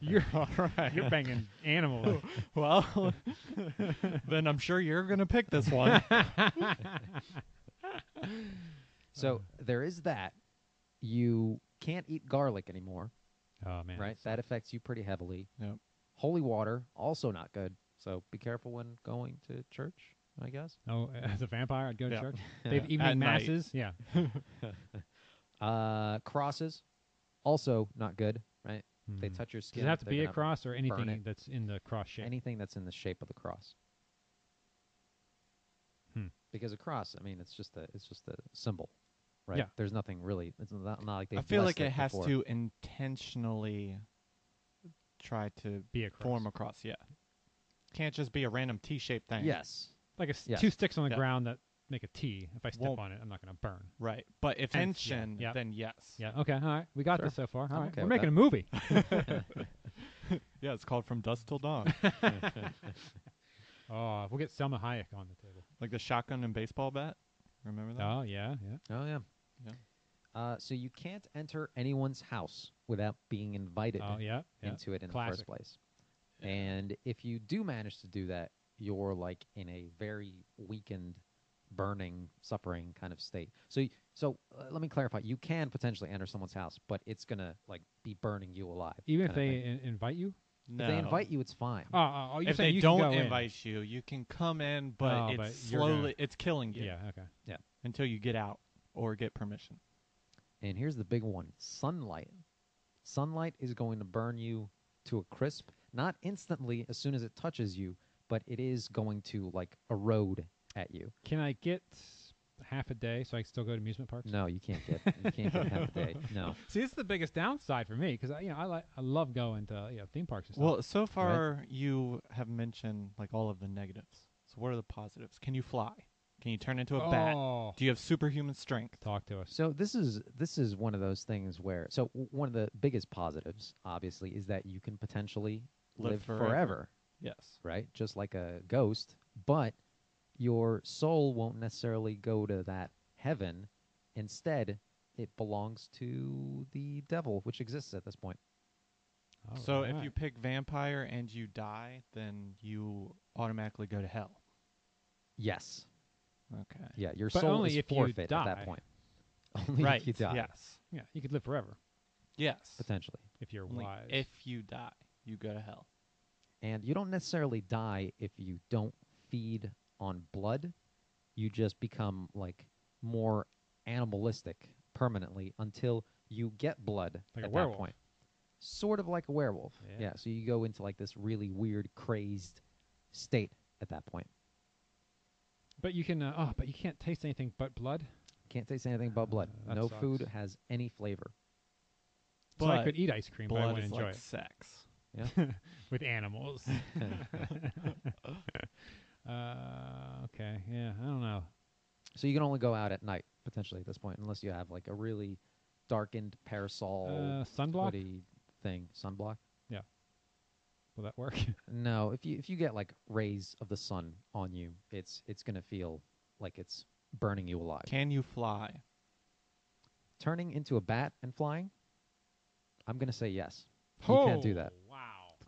Speaker 3: you're
Speaker 4: all right.
Speaker 3: you're banging animals.
Speaker 4: well, then I'm sure you're gonna pick this one.
Speaker 3: Oh, Uh-huh.
Speaker 2: So there is that. You can't eat garlic anymore,
Speaker 3: oh man,
Speaker 2: right? That affects you pretty heavily.
Speaker 4: Yep.
Speaker 2: Holy water also not good. So be careful when going to church. I guess.
Speaker 3: Oh, as a vampire, I'd go to
Speaker 4: Yeah.
Speaker 3: church. They have evening
Speaker 4: At night.
Speaker 3: masses. Yeah.
Speaker 2: Uh, crosses also not good, right? If They
Speaker 3: Mhm.
Speaker 2: touch your
Speaker 3: Does
Speaker 2: skin.
Speaker 3: it have to
Speaker 2: they're
Speaker 3: be a
Speaker 2: gonna-
Speaker 3: cross or anything
Speaker 2: it.
Speaker 3: that's in the cross shape?
Speaker 2: Anything that's in the shape of the cross.
Speaker 3: Hmm.
Speaker 2: Because a cross, I mean, it's just a it's just a symbol, right?
Speaker 3: Yeah.
Speaker 2: There's nothing really. It's not, not like they.
Speaker 4: I feel
Speaker 2: blessed
Speaker 4: like it has
Speaker 2: before.
Speaker 4: to intentionally try to
Speaker 3: be a cross.
Speaker 4: form a cross. Yeah, can't just be a random T-shaped thing.
Speaker 2: Yes.
Speaker 3: like a s-
Speaker 2: Yes.
Speaker 3: two sticks on the
Speaker 4: Yeah.
Speaker 3: ground that make a T. If I step
Speaker 4: Won't-
Speaker 3: on it, I'm not going to burn.
Speaker 4: Right. But if
Speaker 3: Hence, yeah,
Speaker 4: intention,
Speaker 3: yeah.
Speaker 4: then yes.
Speaker 3: Yeah. Okay. All right. We got
Speaker 2: Sure.
Speaker 3: this so far. All
Speaker 2: I'm
Speaker 3: right.
Speaker 2: okay
Speaker 3: We're
Speaker 2: with
Speaker 3: making
Speaker 2: that.
Speaker 3: a movie.
Speaker 4: Yeah, it's called From Dusk Till Dawn.
Speaker 3: oh, we'll get Selma Hayek on the table.
Speaker 4: like the shotgun and baseball bat. Remember that?
Speaker 3: Oh yeah, yeah.
Speaker 2: Oh yeah.
Speaker 4: Yeah.
Speaker 2: Uh, so you can't enter anyone's house without being invited
Speaker 3: Oh yeah. yeah.
Speaker 2: into it in the
Speaker 3: Classic.
Speaker 2: first place.
Speaker 4: Yeah.
Speaker 2: And if you do manage to do that, you're like in a very weakened, burning, suffering kind of state. So, y- so uh, let me clarify: you can potentially enter someone's house, but it's gonna like be burning you alive.
Speaker 3: Even
Speaker 2: kinda
Speaker 3: if they
Speaker 2: thing.
Speaker 3: in- invite you.
Speaker 4: No.
Speaker 2: if they invite you, it's fine.
Speaker 3: Oh, oh, oh, you're
Speaker 4: if
Speaker 3: saying
Speaker 4: they
Speaker 3: you can
Speaker 4: don't
Speaker 3: go in.
Speaker 4: invite you, you can come in, but
Speaker 3: Oh,
Speaker 4: it's
Speaker 3: but you're gonna-
Speaker 4: slowly it's killing you
Speaker 3: Yeah. Okay.
Speaker 4: until you get out or get permission.
Speaker 2: And here's the big one: sunlight. Sunlight is going to burn you to a crisp, not instantly as soon as it touches you, but it is going to like erode at you.
Speaker 3: Can I get half a day so I can still go to amusement parks?
Speaker 2: No, you can't get you can't get half a day. No.
Speaker 3: See, this is the biggest downside for me because I, you know, I like I love going to you know theme parks and stuff.
Speaker 4: Well, so far you have mentioned like all of the negatives. So what are the positives? Can you fly? Can you turn into a bat?
Speaker 3: oh,
Speaker 4: Do you have superhuman strength?
Speaker 3: talk to us.
Speaker 2: So this is this is one of those things where so w- one of the biggest positives obviously is that you can potentially live,
Speaker 4: Live
Speaker 2: forever.
Speaker 4: forever. Yes.
Speaker 2: right? Just like a ghost, but your soul won't necessarily go to that heaven. Instead, it belongs to the devil, which exists at this point.
Speaker 3: Oh, All
Speaker 4: so if
Speaker 3: right.
Speaker 4: you pick vampire and you die, then you automatically go to hell.
Speaker 2: Yes.
Speaker 4: Okay.
Speaker 2: Yeah, your
Speaker 3: But
Speaker 2: soul
Speaker 3: only
Speaker 2: is
Speaker 3: if you
Speaker 2: forfeit at
Speaker 3: die.
Speaker 2: that point. Only
Speaker 4: right.
Speaker 2: if you die,
Speaker 4: Yes.
Speaker 3: yeah, you could live forever
Speaker 4: Yes.
Speaker 2: potentially.
Speaker 3: if you're
Speaker 4: Only
Speaker 3: wise.
Speaker 4: If you die, you go to hell.
Speaker 2: And you don't necessarily die if you don't feed on blood. You just become like more animalistic permanently until you get blood
Speaker 3: Like a
Speaker 2: at that
Speaker 3: werewolf.
Speaker 2: point. Sort of like a werewolf.
Speaker 3: Yeah.
Speaker 2: So you go into like this really weird, crazed state at that point.
Speaker 3: But you can, uh, oh, but you can't taste anything but blood.
Speaker 2: Can't taste anything but blood.
Speaker 3: Uh, that
Speaker 2: no
Speaker 3: sucks.
Speaker 2: food has any flavor.
Speaker 3: so I
Speaker 4: But
Speaker 3: could eat ice cream, but I
Speaker 4: Blood is
Speaker 3: wouldn't enjoy
Speaker 4: like
Speaker 3: it
Speaker 4: sex.
Speaker 3: with animals. uh, okay, yeah, I don't know.
Speaker 2: So you can only go out at night potentially at this point, unless you have like a really darkened parasol
Speaker 3: Uh, sunblock
Speaker 2: hoodie thing, sunblock.
Speaker 3: will that work?
Speaker 2: No, if you if you get like rays of the sun on you, it's it's gonna feel like it's burning you alive.
Speaker 4: Can you fly?
Speaker 2: Turning into a bat and flying, I'm gonna say yes. You can't do that.
Speaker 3: Oh, Wow.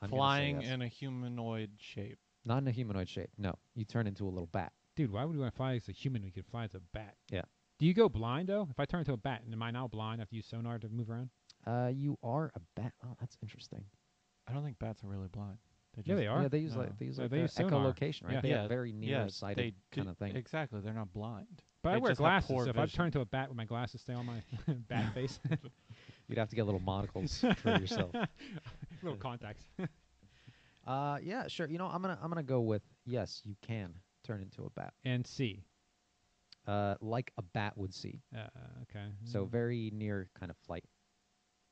Speaker 2: I'm gonna say
Speaker 4: Flying
Speaker 2: yes.
Speaker 4: in a humanoid shape.
Speaker 2: not in a humanoid shape. No, you turn into a little bat.
Speaker 3: Dude, why would we want to fly as a human? We could fly as a bat.
Speaker 2: Yeah.
Speaker 3: Do you go blind though? If I turn into a bat, am I now blind? I have to use sonar to move around.
Speaker 2: Uh, you are a bat. Oh, that's interesting.
Speaker 4: I don't think bats are really blind.
Speaker 3: Yeah, they are. Oh.
Speaker 2: Yeah, they use
Speaker 4: No.
Speaker 2: like they use
Speaker 3: Yeah,
Speaker 2: like
Speaker 3: they
Speaker 2: the
Speaker 3: use sonar.
Speaker 2: echolocation, right?
Speaker 3: Yeah.
Speaker 2: They
Speaker 4: Yeah,
Speaker 2: have very
Speaker 4: Yeah,
Speaker 2: near sighted
Speaker 4: do-
Speaker 2: kind of thing.
Speaker 4: Exactly. They're not blind.
Speaker 3: But I
Speaker 4: They
Speaker 3: wear
Speaker 4: just have
Speaker 3: glasses,
Speaker 4: poor
Speaker 3: so if I
Speaker 4: vision.
Speaker 3: turn into a bat, would my glasses stay on my bat face?
Speaker 2: You'd have to get little monocles for yourself.
Speaker 3: Little contacts.
Speaker 2: Uh, yeah, sure. You know, I'm gonna I'm gonna go with yes. You can turn into a bat,
Speaker 3: And see.
Speaker 2: uh, like a bat would see.
Speaker 3: Uh, okay.
Speaker 2: So
Speaker 3: Mm.
Speaker 2: very near kind of flight.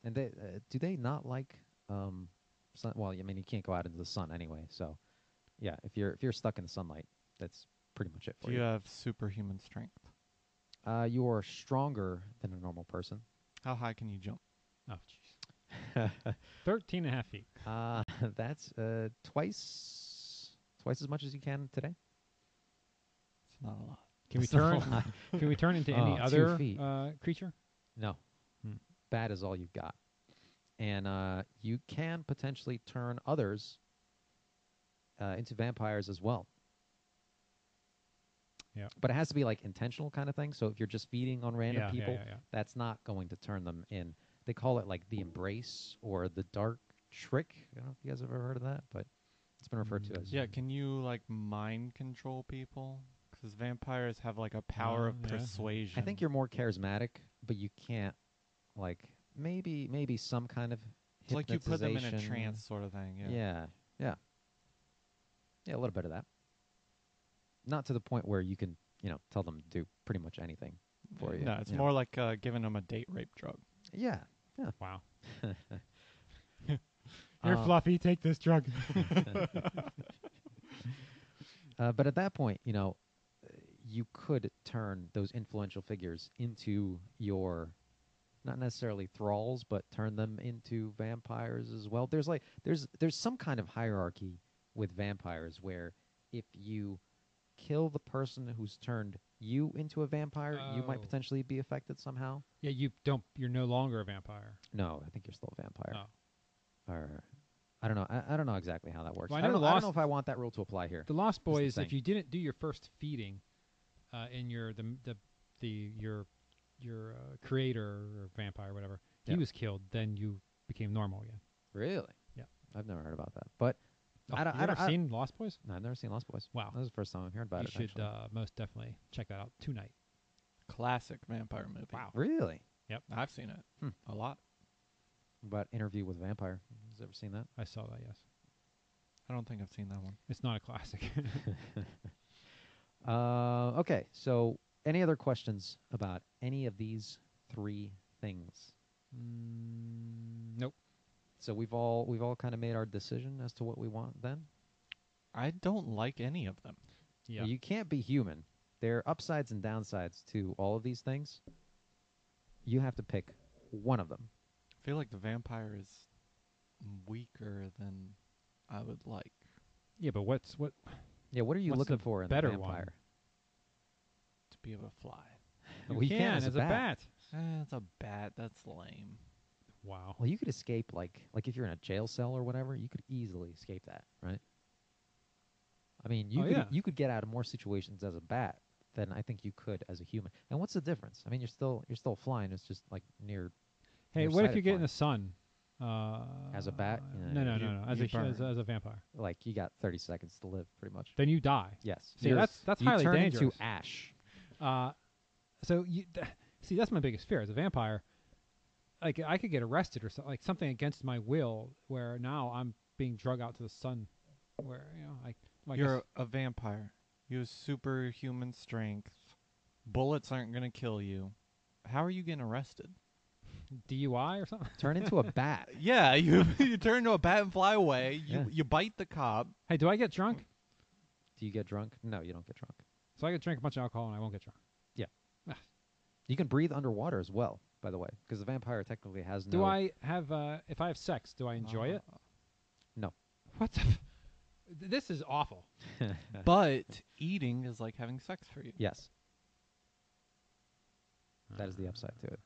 Speaker 2: And they uh, do they not like um sun. Well, I mean, you can't go out into the sun anyway. So, yeah, if you're if you're stuck in the sunlight, that's pretty much it for
Speaker 4: Do you
Speaker 2: you.
Speaker 4: have superhuman strength?
Speaker 2: Uh, you are stronger than a normal person.
Speaker 4: How high can you jump?
Speaker 3: Oh, jeez. 13 and a half feet.
Speaker 2: Uh, that's uh, twice twice as much as you can today.
Speaker 4: It's not a lot.
Speaker 3: Can we
Speaker 2: That's not a
Speaker 3: turn? can we turn into any
Speaker 2: Oh, two
Speaker 3: other
Speaker 2: feet.
Speaker 3: uh, creature?
Speaker 2: No,
Speaker 3: Hmm.
Speaker 2: that is all you've got, and uh, you can potentially turn others uh, into vampires as well.
Speaker 3: Yeah.
Speaker 2: but it has to be like intentional kind of thing. So if you're just feeding on random
Speaker 3: yeah,
Speaker 2: people,
Speaker 3: Yeah, yeah,
Speaker 2: that's not going to turn them in. They call it like the embrace or the dark trick. I don't know if you guys have ever heard of that, but it's been referred to
Speaker 3: Mm.
Speaker 2: as.
Speaker 4: Yeah, can you like mind control people? Because vampires have like a power
Speaker 3: Oh,
Speaker 4: of
Speaker 3: yeah.
Speaker 4: persuasion.
Speaker 2: I think you're more charismatic, but you can't like maybe maybe some kind of
Speaker 4: It's like you put them in a
Speaker 2: hypnotization.
Speaker 4: trance sort of thing. Yeah.
Speaker 2: Yeah. yeah, yeah, a little bit of that. Not to the point where you can you know tell them to do pretty much anything for you.
Speaker 4: No, it's
Speaker 2: you know.
Speaker 4: more like uh, giving them a date rape drug.
Speaker 2: Yeah.
Speaker 3: Wow. Uh,
Speaker 2: Um,
Speaker 3: Fluffy. Take this drug.
Speaker 2: Uh, but at that point, you know, uh, you could turn those influential figures into your, not necessarily thralls, but turn them into vampires as well. There's like there's there's some kind of hierarchy with vampires where if you kill the person who's turned you into a vampire, you might
Speaker 3: Oh.
Speaker 2: potentially be affected somehow.
Speaker 3: yeah, you don't. You're no longer a vampire.
Speaker 2: No, I think you're still a vampire.
Speaker 3: Oh.
Speaker 2: Or I don't know. I, I don't know exactly how that works.
Speaker 3: Well, I
Speaker 2: I,
Speaker 3: know
Speaker 2: don't know,
Speaker 3: the
Speaker 2: I don't
Speaker 3: Lost-
Speaker 2: know if I want that rule to apply here.
Speaker 3: The Lost
Speaker 2: the
Speaker 3: Boys. if
Speaker 2: thing.
Speaker 3: you didn't do your first feeding, uh, and your the m- the the your your uh, creator or vampire, whatever,
Speaker 2: Yeah.
Speaker 3: he was killed, then you became normal again.
Speaker 2: Really?
Speaker 3: Yeah.
Speaker 2: I've never heard about that. But
Speaker 3: Oh,
Speaker 2: I don't.
Speaker 3: you
Speaker 2: I
Speaker 3: ever
Speaker 2: don't, I-
Speaker 3: seen Lost Boys?
Speaker 2: No, I've never seen Lost Boys.
Speaker 3: Wow.
Speaker 2: That was the first time I'm hearing about
Speaker 3: you
Speaker 2: it.
Speaker 3: should
Speaker 2: actually.
Speaker 3: uh, most definitely check that out tonight.
Speaker 4: Classic vampire movie.
Speaker 3: Wow.
Speaker 2: really?
Speaker 4: I've seen it
Speaker 2: Hmm.
Speaker 4: a lot.
Speaker 2: What About Interview with a Vampire. Has ever seen that?
Speaker 3: I saw that. Yes,
Speaker 4: I don't think I've seen that one.
Speaker 3: it's not a classic.
Speaker 2: Uh, okay. So, any other questions about any of these three things?
Speaker 3: mm, nope.
Speaker 2: So we've all we've all kind of made our decision as to what we want. Then
Speaker 4: I don't like any of them.
Speaker 3: Yeah.
Speaker 2: you can't be human. There are upsides and downsides to all of these things. You have to pick one of them.
Speaker 4: I feel like the vampire is weaker than I would like.
Speaker 3: yeah, but what's what?
Speaker 2: Yeah. What are you
Speaker 3: What's
Speaker 2: looking
Speaker 3: the
Speaker 2: for in
Speaker 3: better
Speaker 2: the
Speaker 3: one?
Speaker 2: vampire?
Speaker 4: To be able to fly.
Speaker 3: You
Speaker 2: We
Speaker 3: can,
Speaker 2: can
Speaker 3: as, a bat.
Speaker 4: Eh, it's a bat. That's lame.
Speaker 3: Wow.
Speaker 2: Well, you could escape like like if you're in a jail cell or whatever, you could easily escape that, right? I mean, you
Speaker 3: Oh,
Speaker 2: could,
Speaker 3: yeah.
Speaker 2: you could get out of more situations as a bat than I think you could as a human. And what's the difference? I mean, you're still you're still flying. It's just like near.
Speaker 3: Hey,
Speaker 2: You're
Speaker 3: what if you
Speaker 2: sighted
Speaker 3: get
Speaker 2: flying.
Speaker 3: in the sun? Uh,
Speaker 2: As a bat? Yeah,
Speaker 3: No, no,
Speaker 4: you-
Speaker 3: no, no. As
Speaker 4: you
Speaker 3: a, hu- as, a-
Speaker 4: burn.
Speaker 3: as a vampire,
Speaker 2: Like you got 30 seconds to live, pretty much.
Speaker 3: then you die.
Speaker 2: Yes.
Speaker 3: See,
Speaker 2: You're-
Speaker 3: that's- that's
Speaker 2: you
Speaker 3: highly
Speaker 2: turn
Speaker 3: dangerous.
Speaker 2: into ash.
Speaker 3: Uh, so you th- see, that's my biggest fear as a vampire. Like I could get arrested or something, like something against my will, where now I'm being drug out to the sun, where you know, like well, I
Speaker 4: You're
Speaker 3: guess-
Speaker 4: a, a vampire. You have superhuman strength. Bullets aren't gonna kill you. How are you getting arrested?
Speaker 3: DUI or something.
Speaker 2: Turn into a bat.
Speaker 4: Yeah, you you turn into a bat and fly away. You
Speaker 2: Yeah.
Speaker 4: you bite the cop.
Speaker 3: Hey, do I get drunk?
Speaker 2: Do you get drunk? No, you don't get drunk.
Speaker 3: So I could drink a bunch of alcohol and I won't get drunk.
Speaker 2: You can breathe underwater as well, by the way, because the vampire technically has no.
Speaker 3: Do I have uh if I have sex, do I enjoy it?
Speaker 2: No.
Speaker 3: What the f- Th- This is awful.
Speaker 4: But eating is like having sex for you.
Speaker 2: Yes, that is the
Speaker 3: Uh,
Speaker 2: upside to it.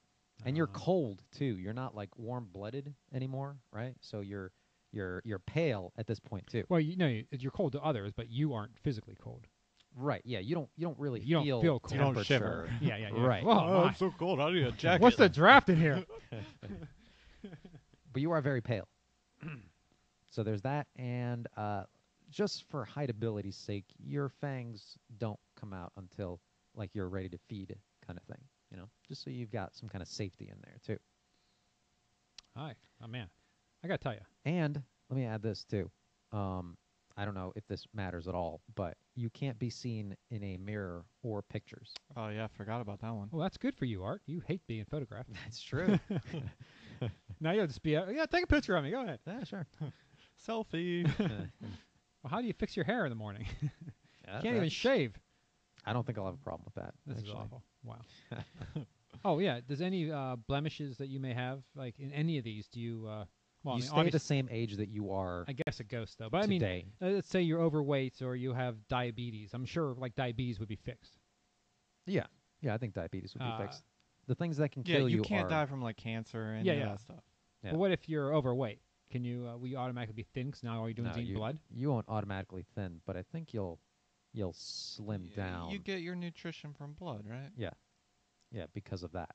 Speaker 2: and you're
Speaker 3: uh,
Speaker 2: cold too. You're not like warm blooded anymore, right? So you're you're you're pale at this point too.
Speaker 3: Well, you know, you- you're cold to others, but you aren't physically cold.
Speaker 2: Right? Yeah. You don't you don't really
Speaker 3: You don't
Speaker 2: feel
Speaker 3: feel cold. You
Speaker 4: don't shiver.
Speaker 2: temperature.
Speaker 3: Yeah, yeah, yeah.
Speaker 2: Right.
Speaker 3: Whoa, Oh, my.
Speaker 4: Oh, so cold. I need a jacket.
Speaker 3: What's the draft in here?
Speaker 2: but you are very pale. so there's that, and uh, just for hideability's sake, your fangs don't come out until like you're ready to feed, kind of thing. You know, just so you've got some kind of safety in there too.
Speaker 3: Hi. Oh man. I gotta tell you,
Speaker 2: And let me add this too. Um, I don't know if this matters at all, but you can't be seen in a mirror or pictures.
Speaker 4: Oh yeah, I forgot about that one.
Speaker 3: well, that's good for you, Art. You hate being photographed.
Speaker 2: That's true.
Speaker 3: uh, now you'll just be, out, yeah, take a picture of me. Go ahead.
Speaker 2: yeah, sure.
Speaker 4: Selfie.
Speaker 3: Well, how do you fix your hair in the morning?
Speaker 2: Yeah,
Speaker 3: Can't even
Speaker 2: that's-
Speaker 3: shave.
Speaker 2: I don't think I'll have a problem with that.
Speaker 3: This is
Speaker 2: actually.
Speaker 3: awful. Wow. oh yeah. Does any uh, blemishes that you may have, like in any of these, do you? Uh,
Speaker 2: you
Speaker 3: well, I, mean,
Speaker 2: stay the
Speaker 3: obvious-
Speaker 2: same age that you are
Speaker 3: I guess a ghost though. But I mean,
Speaker 2: today.
Speaker 3: uh, let's say you're overweight or you have diabetes. I'm sure like diabetes would be fixed.
Speaker 2: yeah, yeah. I think diabetes would be
Speaker 3: Uh,
Speaker 2: fixed. The things that can
Speaker 4: yeah,
Speaker 2: kill
Speaker 4: you,
Speaker 2: you,
Speaker 4: can't
Speaker 2: are
Speaker 4: die from like cancer and
Speaker 3: Yeah,
Speaker 4: all
Speaker 3: yeah.
Speaker 4: that stuff.
Speaker 2: Yeah.
Speaker 3: But what if you're overweight? Can you? Uh, we automatically be thin 'cause now all you're doing
Speaker 2: no,
Speaker 3: is eating
Speaker 2: you,
Speaker 3: blood.
Speaker 2: You won't automatically thin, but I think you'll you'll slim
Speaker 4: Y-
Speaker 2: down.
Speaker 4: You get your nutrition from blood, right?
Speaker 2: yeah, because of that.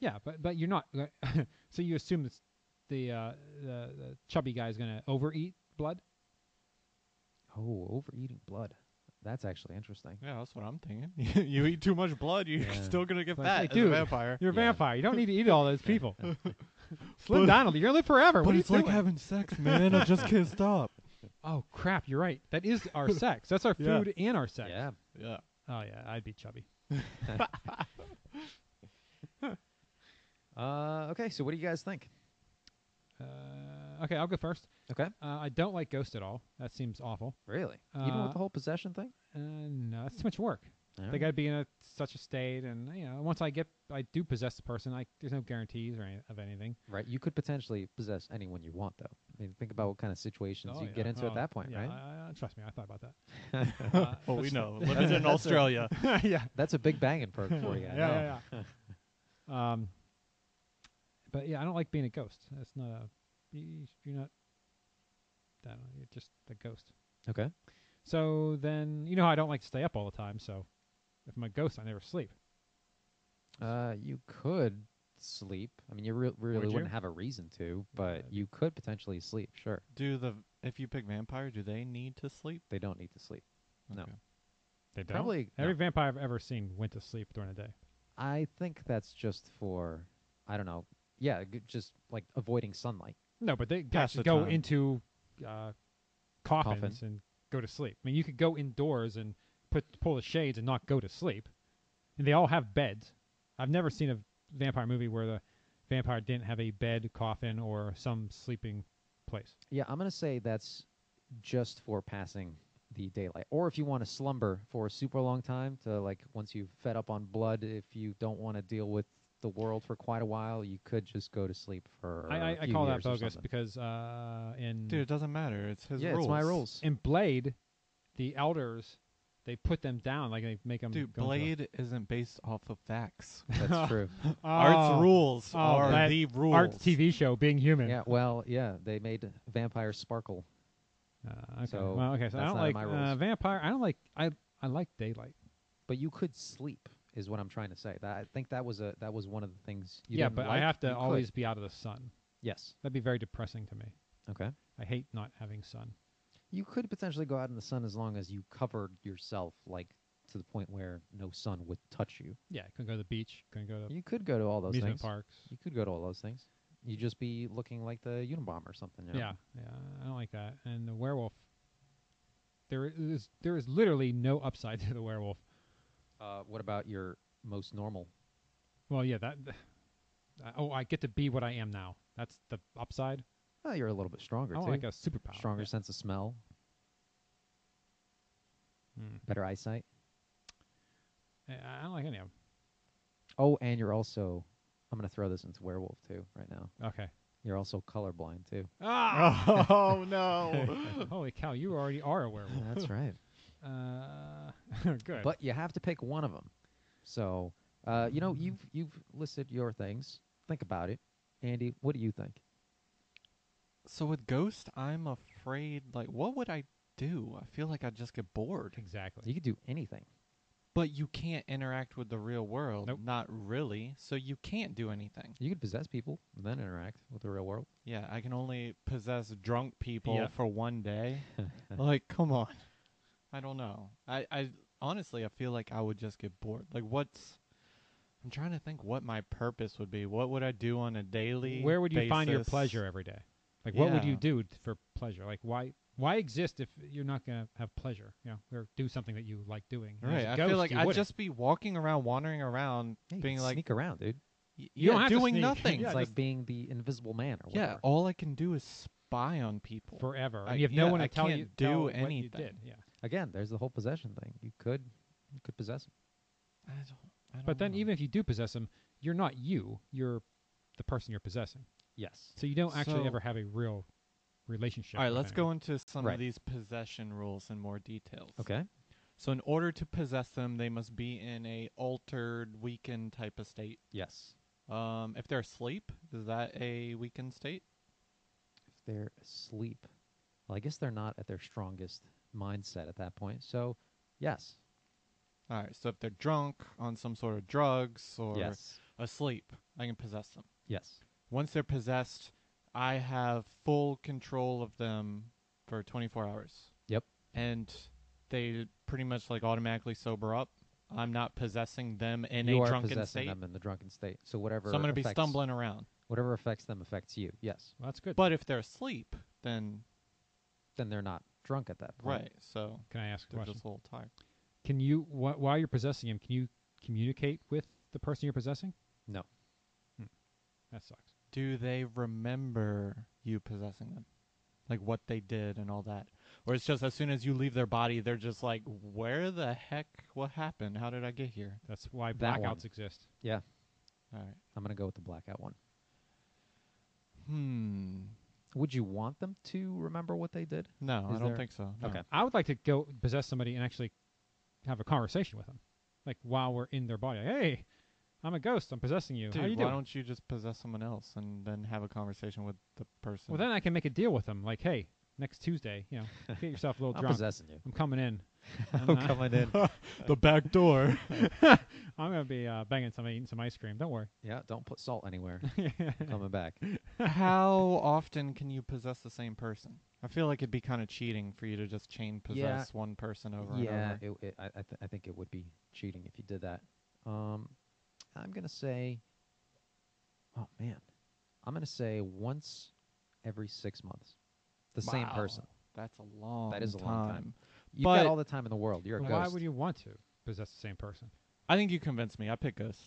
Speaker 3: Yeah, but but you're not. so you assume it's the uh, the, the chubby guy is going to overeat blood.
Speaker 2: Oh, overeating blood. That's actually interesting.
Speaker 4: Yeah, that's what I'm thinking. you eat too much blood, you're
Speaker 2: Yeah.
Speaker 4: still gonna get
Speaker 3: But it's
Speaker 4: fat
Speaker 3: like,
Speaker 4: as a
Speaker 3: dude,
Speaker 4: vampire.
Speaker 3: You're a
Speaker 2: Yeah.
Speaker 3: vampire. You don't need to eat all those people. Slim
Speaker 4: But-
Speaker 3: Donald, you're gonna live forever. what are you doing?
Speaker 4: having sex, man. I just can't stop.
Speaker 3: Oh crap, you're right. That is our sex. That's our
Speaker 4: Yeah.
Speaker 3: food and our sex.
Speaker 2: Yeah,
Speaker 4: Yeah.
Speaker 3: Oh yeah, I'd be chubby.
Speaker 2: Uh, okay, so what do you guys think?
Speaker 3: Uh, okay, I'll go first.
Speaker 2: Okay,
Speaker 3: Uh, I don't like Ghost at all. That seems awful.
Speaker 2: really? Even
Speaker 3: Uh,
Speaker 2: with the whole possession thing?
Speaker 3: Uh, no, that's too much work. They
Speaker 2: Alright.
Speaker 3: got to be in a, such a state, and you know, once I get, I do possess the person. I there's no guarantees or any, of anything.
Speaker 2: right, you could potentially possess anyone you want, though. I mean, think about what kind of situations
Speaker 3: Oh,
Speaker 2: you
Speaker 3: yeah.
Speaker 2: get into
Speaker 3: Oh,
Speaker 2: at that point,
Speaker 3: yeah,
Speaker 2: right?
Speaker 3: I- I- trust me, I thought about that. uh,
Speaker 4: Well, Oh, we
Speaker 3: that's-
Speaker 4: know. Living in Australia.
Speaker 3: yeah, yeah,
Speaker 2: That's a big banging perk for you. I know.
Speaker 3: yeah, yeah, yeah. um, but yeah, I don't like being a ghost. That's not a. you- You're not. I don't know, you're just a ghost.
Speaker 2: Okay.
Speaker 3: So then, you know, how I don't like to stay up all the time. So if I'm a ghost, I never sleep.
Speaker 2: Uh, you could sleep. I mean, you re- really
Speaker 3: Would
Speaker 2: wouldn't
Speaker 3: you?
Speaker 2: have a reason to, but
Speaker 3: that'd be-
Speaker 2: you could potentially sleep. Sure,
Speaker 4: Do the if you pick vampire, do they need to sleep?
Speaker 2: they don't need to sleep. No.
Speaker 4: Okay.
Speaker 3: They don't.
Speaker 2: Probably-
Speaker 3: every
Speaker 2: no.
Speaker 3: vampire I've ever seen went to sleep during the day.
Speaker 2: I think that's just for, I don't know. Yeah, g- just like avoiding sunlight.
Speaker 3: No, but they
Speaker 4: Pass
Speaker 3: actually
Speaker 4: the
Speaker 3: go
Speaker 4: time.
Speaker 3: into uh, coffins and go to sleep. I mean, you could go indoors and put pull the shades and not go to sleep. And they all have beds. I've never seen a vampire movie where the vampire didn't have a bed, coffin, or some sleeping place.
Speaker 2: Yeah, I'm gonna say that's just for passing the daylight. Or if you want to slumber for a super long time to like once you've fed up on blood, if you don't want to deal with the world for quite a while, you could just go to sleep for.
Speaker 3: I,
Speaker 2: a
Speaker 3: I, I
Speaker 2: few
Speaker 3: call that
Speaker 2: years or
Speaker 3: bogus
Speaker 2: something.
Speaker 3: because uh, in
Speaker 4: Dude, it doesn't matter. It's his
Speaker 2: yeah,
Speaker 4: rules.
Speaker 2: it's my rules.
Speaker 3: in Blade, the elders they put them down like they make them.
Speaker 4: Dude, Blade isn't based off of facts.
Speaker 2: That's true.
Speaker 4: Art's rules
Speaker 3: oh,
Speaker 4: are
Speaker 3: that
Speaker 4: the rules.
Speaker 3: Art TV show being human.
Speaker 2: yeah, well, yeah, they made vampire sparkle.
Speaker 3: Uh, okay.
Speaker 2: So,
Speaker 3: well, okay. So I
Speaker 2: that's
Speaker 3: don't
Speaker 2: not in
Speaker 3: like
Speaker 2: my
Speaker 3: uh,
Speaker 2: rules.
Speaker 3: vampire. I don't like. I I like daylight.
Speaker 2: But you could sleep, is what I'm trying to say. That I think that was a that was one of the things. You
Speaker 3: yeah,
Speaker 2: didn't
Speaker 3: but
Speaker 2: like,
Speaker 3: I have
Speaker 2: you
Speaker 3: to
Speaker 2: could.
Speaker 3: always be out of the sun.
Speaker 2: Yes.
Speaker 3: That'd be very depressing to me.
Speaker 2: Okay.
Speaker 3: I hate not having sun.
Speaker 2: You could potentially go out in the sun as long as you covered yourself, like to the point where no sun would touch you.
Speaker 3: Yeah, I couldn't go to the beach. Couldn't go to
Speaker 2: You could go to all those
Speaker 3: amusement
Speaker 2: things.
Speaker 3: parks.
Speaker 2: You could go to all those things. You'd just be looking like the Unabomber or something. You know?
Speaker 3: Yeah, yeah. I don't like that. And the werewolf. There is there is literally no upside to the werewolf.
Speaker 2: Uh, what about your most normal?
Speaker 3: Well, yeah. That. I- oh, I get to be what I am now. That's the upside.
Speaker 2: Oh, you're a little bit
Speaker 3: I
Speaker 2: stronger
Speaker 3: don't
Speaker 2: too.
Speaker 3: like a superpower.
Speaker 2: Stronger
Speaker 3: Yeah.
Speaker 2: sense of smell,
Speaker 3: Mm.
Speaker 2: better eyesight.
Speaker 3: I I don't like any of them.
Speaker 2: Oh, and you're also. I'm gonna throw this into werewolf too right now.
Speaker 3: Okay.
Speaker 2: You're also colorblind too.
Speaker 3: Ah!
Speaker 4: Oh no.
Speaker 3: Holy cow! You already are a werewolf.
Speaker 2: That's right.
Speaker 3: Uh, good.
Speaker 2: But you have to pick one of them. So, uh, you know, you've you've listed your things. Think about it, Andy. What do you think?
Speaker 4: so with Ghost, I'm afraid like what would I do? I feel like I'd just get bored.
Speaker 3: exactly.
Speaker 2: You could do anything.
Speaker 4: But you can't interact with the real world.
Speaker 3: Nope.
Speaker 4: Not really. So you can't do anything.
Speaker 2: You could possess people and then interact with the real world.
Speaker 4: Yeah, I can only possess drunk people
Speaker 3: Yeah.
Speaker 4: for one day. like, come on. I don't know. I, I honestly, I feel like I would just get bored. Like, what's? I'm trying to think what my purpose would be. What would I do on a daily?
Speaker 3: Where would you find your
Speaker 4: basis?
Speaker 3: pleasure every day? Like, what would you
Speaker 4: Yeah.
Speaker 3: do t- for pleasure? Like, why why exist if you're not gonna have pleasure? You know, or do something that you like doing. And as
Speaker 4: Right.
Speaker 3: a
Speaker 4: I
Speaker 3: ghost,
Speaker 4: feel like
Speaker 3: you
Speaker 4: I'd
Speaker 3: wouldn't.
Speaker 4: just be walking around, wandering around,
Speaker 2: Yeah, you
Speaker 4: being
Speaker 2: could
Speaker 4: like,
Speaker 2: sneak around, dude.
Speaker 4: y-
Speaker 3: You don't
Speaker 4: yeah,
Speaker 3: have to
Speaker 4: doing
Speaker 3: sneak.
Speaker 4: nothing.
Speaker 3: Yeah,
Speaker 2: it's
Speaker 3: just-
Speaker 2: like being the invisible man or
Speaker 4: yeah,
Speaker 2: whatever.
Speaker 4: all I can do is spy on people.
Speaker 3: forever.
Speaker 4: I-
Speaker 3: and you have no
Speaker 4: yeah,
Speaker 3: one to
Speaker 4: I
Speaker 3: tell
Speaker 4: can't
Speaker 3: you
Speaker 4: do
Speaker 3: tell what
Speaker 4: anything.
Speaker 3: you did. Yeah.
Speaker 2: Again, there's the whole possession thing. You could, you could possess. 'em.
Speaker 4: I don't, I don't
Speaker 3: But then
Speaker 4: know.
Speaker 3: even if you do possess them, you're not you. You're the person you're possessing.
Speaker 2: Yes.
Speaker 3: So you don't actually
Speaker 4: So-
Speaker 3: ever have a real relationship.
Speaker 4: all right,
Speaker 3: with
Speaker 4: let's
Speaker 3: anyone.
Speaker 4: go into some
Speaker 2: Right.
Speaker 4: of these possession rules in more details.
Speaker 2: Okay.
Speaker 4: So in order to possess them, they must be in a altered, weakened type of state.
Speaker 2: Yes.
Speaker 4: Um, if they're asleep, is that a weakened state?
Speaker 2: If they're asleep, well, I guess they're not at their strongest mindset at that point. So, yes.
Speaker 4: All right. So if they're drunk on some sort of drugs or
Speaker 2: yes.
Speaker 4: asleep, I can possess them.
Speaker 2: Yes.
Speaker 4: Once they're possessed, I have full control of them for 24 hours.
Speaker 2: Yep.
Speaker 4: And they pretty much like automatically sober up. I'm not possessing them in
Speaker 2: you
Speaker 4: a
Speaker 2: are
Speaker 4: drunken
Speaker 2: possessing
Speaker 4: state.
Speaker 2: them in the drunken state. So whatever.
Speaker 4: So I'm going to be
Speaker 2: affects-
Speaker 4: stumbling around.
Speaker 2: Whatever affects them affects you. Yes.
Speaker 3: Well, that's good.
Speaker 4: But if they're asleep, then
Speaker 2: Then they're not drunk at that point.
Speaker 4: right. So
Speaker 3: can I ask a
Speaker 4: they're
Speaker 3: question?
Speaker 4: just a little tired.
Speaker 3: Can you wh- while you're possessing him, can you communicate with the person you're possessing?
Speaker 2: No.
Speaker 3: That sucks.
Speaker 4: Do they remember you possessing them? Like what they did and all that? Or it's just as soon as you leave their body, they're just like, where the heck? What happened? How did I get here?
Speaker 3: That's why
Speaker 2: That one.
Speaker 3: blackouts exist.
Speaker 2: Yeah.
Speaker 4: All right.
Speaker 2: I'm gonna go with the blackout one.
Speaker 4: Hmm.
Speaker 2: Would you want them to remember what they did?
Speaker 4: No,
Speaker 2: Is
Speaker 4: I don't
Speaker 2: there-
Speaker 4: think so. no.
Speaker 2: Okay.
Speaker 3: I would like to go possess somebody and actually have a conversation with them, like while we're in their body. Like, hey, I'm a ghost. I'm possessing you.
Speaker 4: Dude,
Speaker 3: How you
Speaker 4: why
Speaker 3: doing?
Speaker 4: don't you just possess someone else and then have a conversation with the person?
Speaker 3: Well, then I can make a deal with them. Like, hey, next Tuesday, you know, get yourself a little
Speaker 2: I'm
Speaker 3: drunk.
Speaker 2: possessing you.
Speaker 3: I'm coming in. I'm,
Speaker 2: I'm
Speaker 3: uh,
Speaker 2: coming in.
Speaker 4: the back door.
Speaker 3: I'm gonna be uh, banging some, eating some ice cream. Don't worry.
Speaker 2: Yeah. Don't put salt anywhere. I'm coming back.
Speaker 4: How often can you possess the same person? I feel like it'd be kind of cheating for you to just chain possess
Speaker 2: Yeah.
Speaker 4: one person over and
Speaker 2: yeah.
Speaker 4: over.
Speaker 2: It, it, I, I, th- I think it would be cheating if you did that. Um, I'm gonna say. Oh man, I'm gonna say once every six months, the same
Speaker 4: Wow.
Speaker 2: person.
Speaker 4: That's a long.
Speaker 2: is a long time. You've got
Speaker 4: But-
Speaker 2: all the time in the world. You're a
Speaker 3: Well,
Speaker 2: ghost.
Speaker 3: why would you want to possess the same person?
Speaker 4: I think you convinced me. I pick ghost.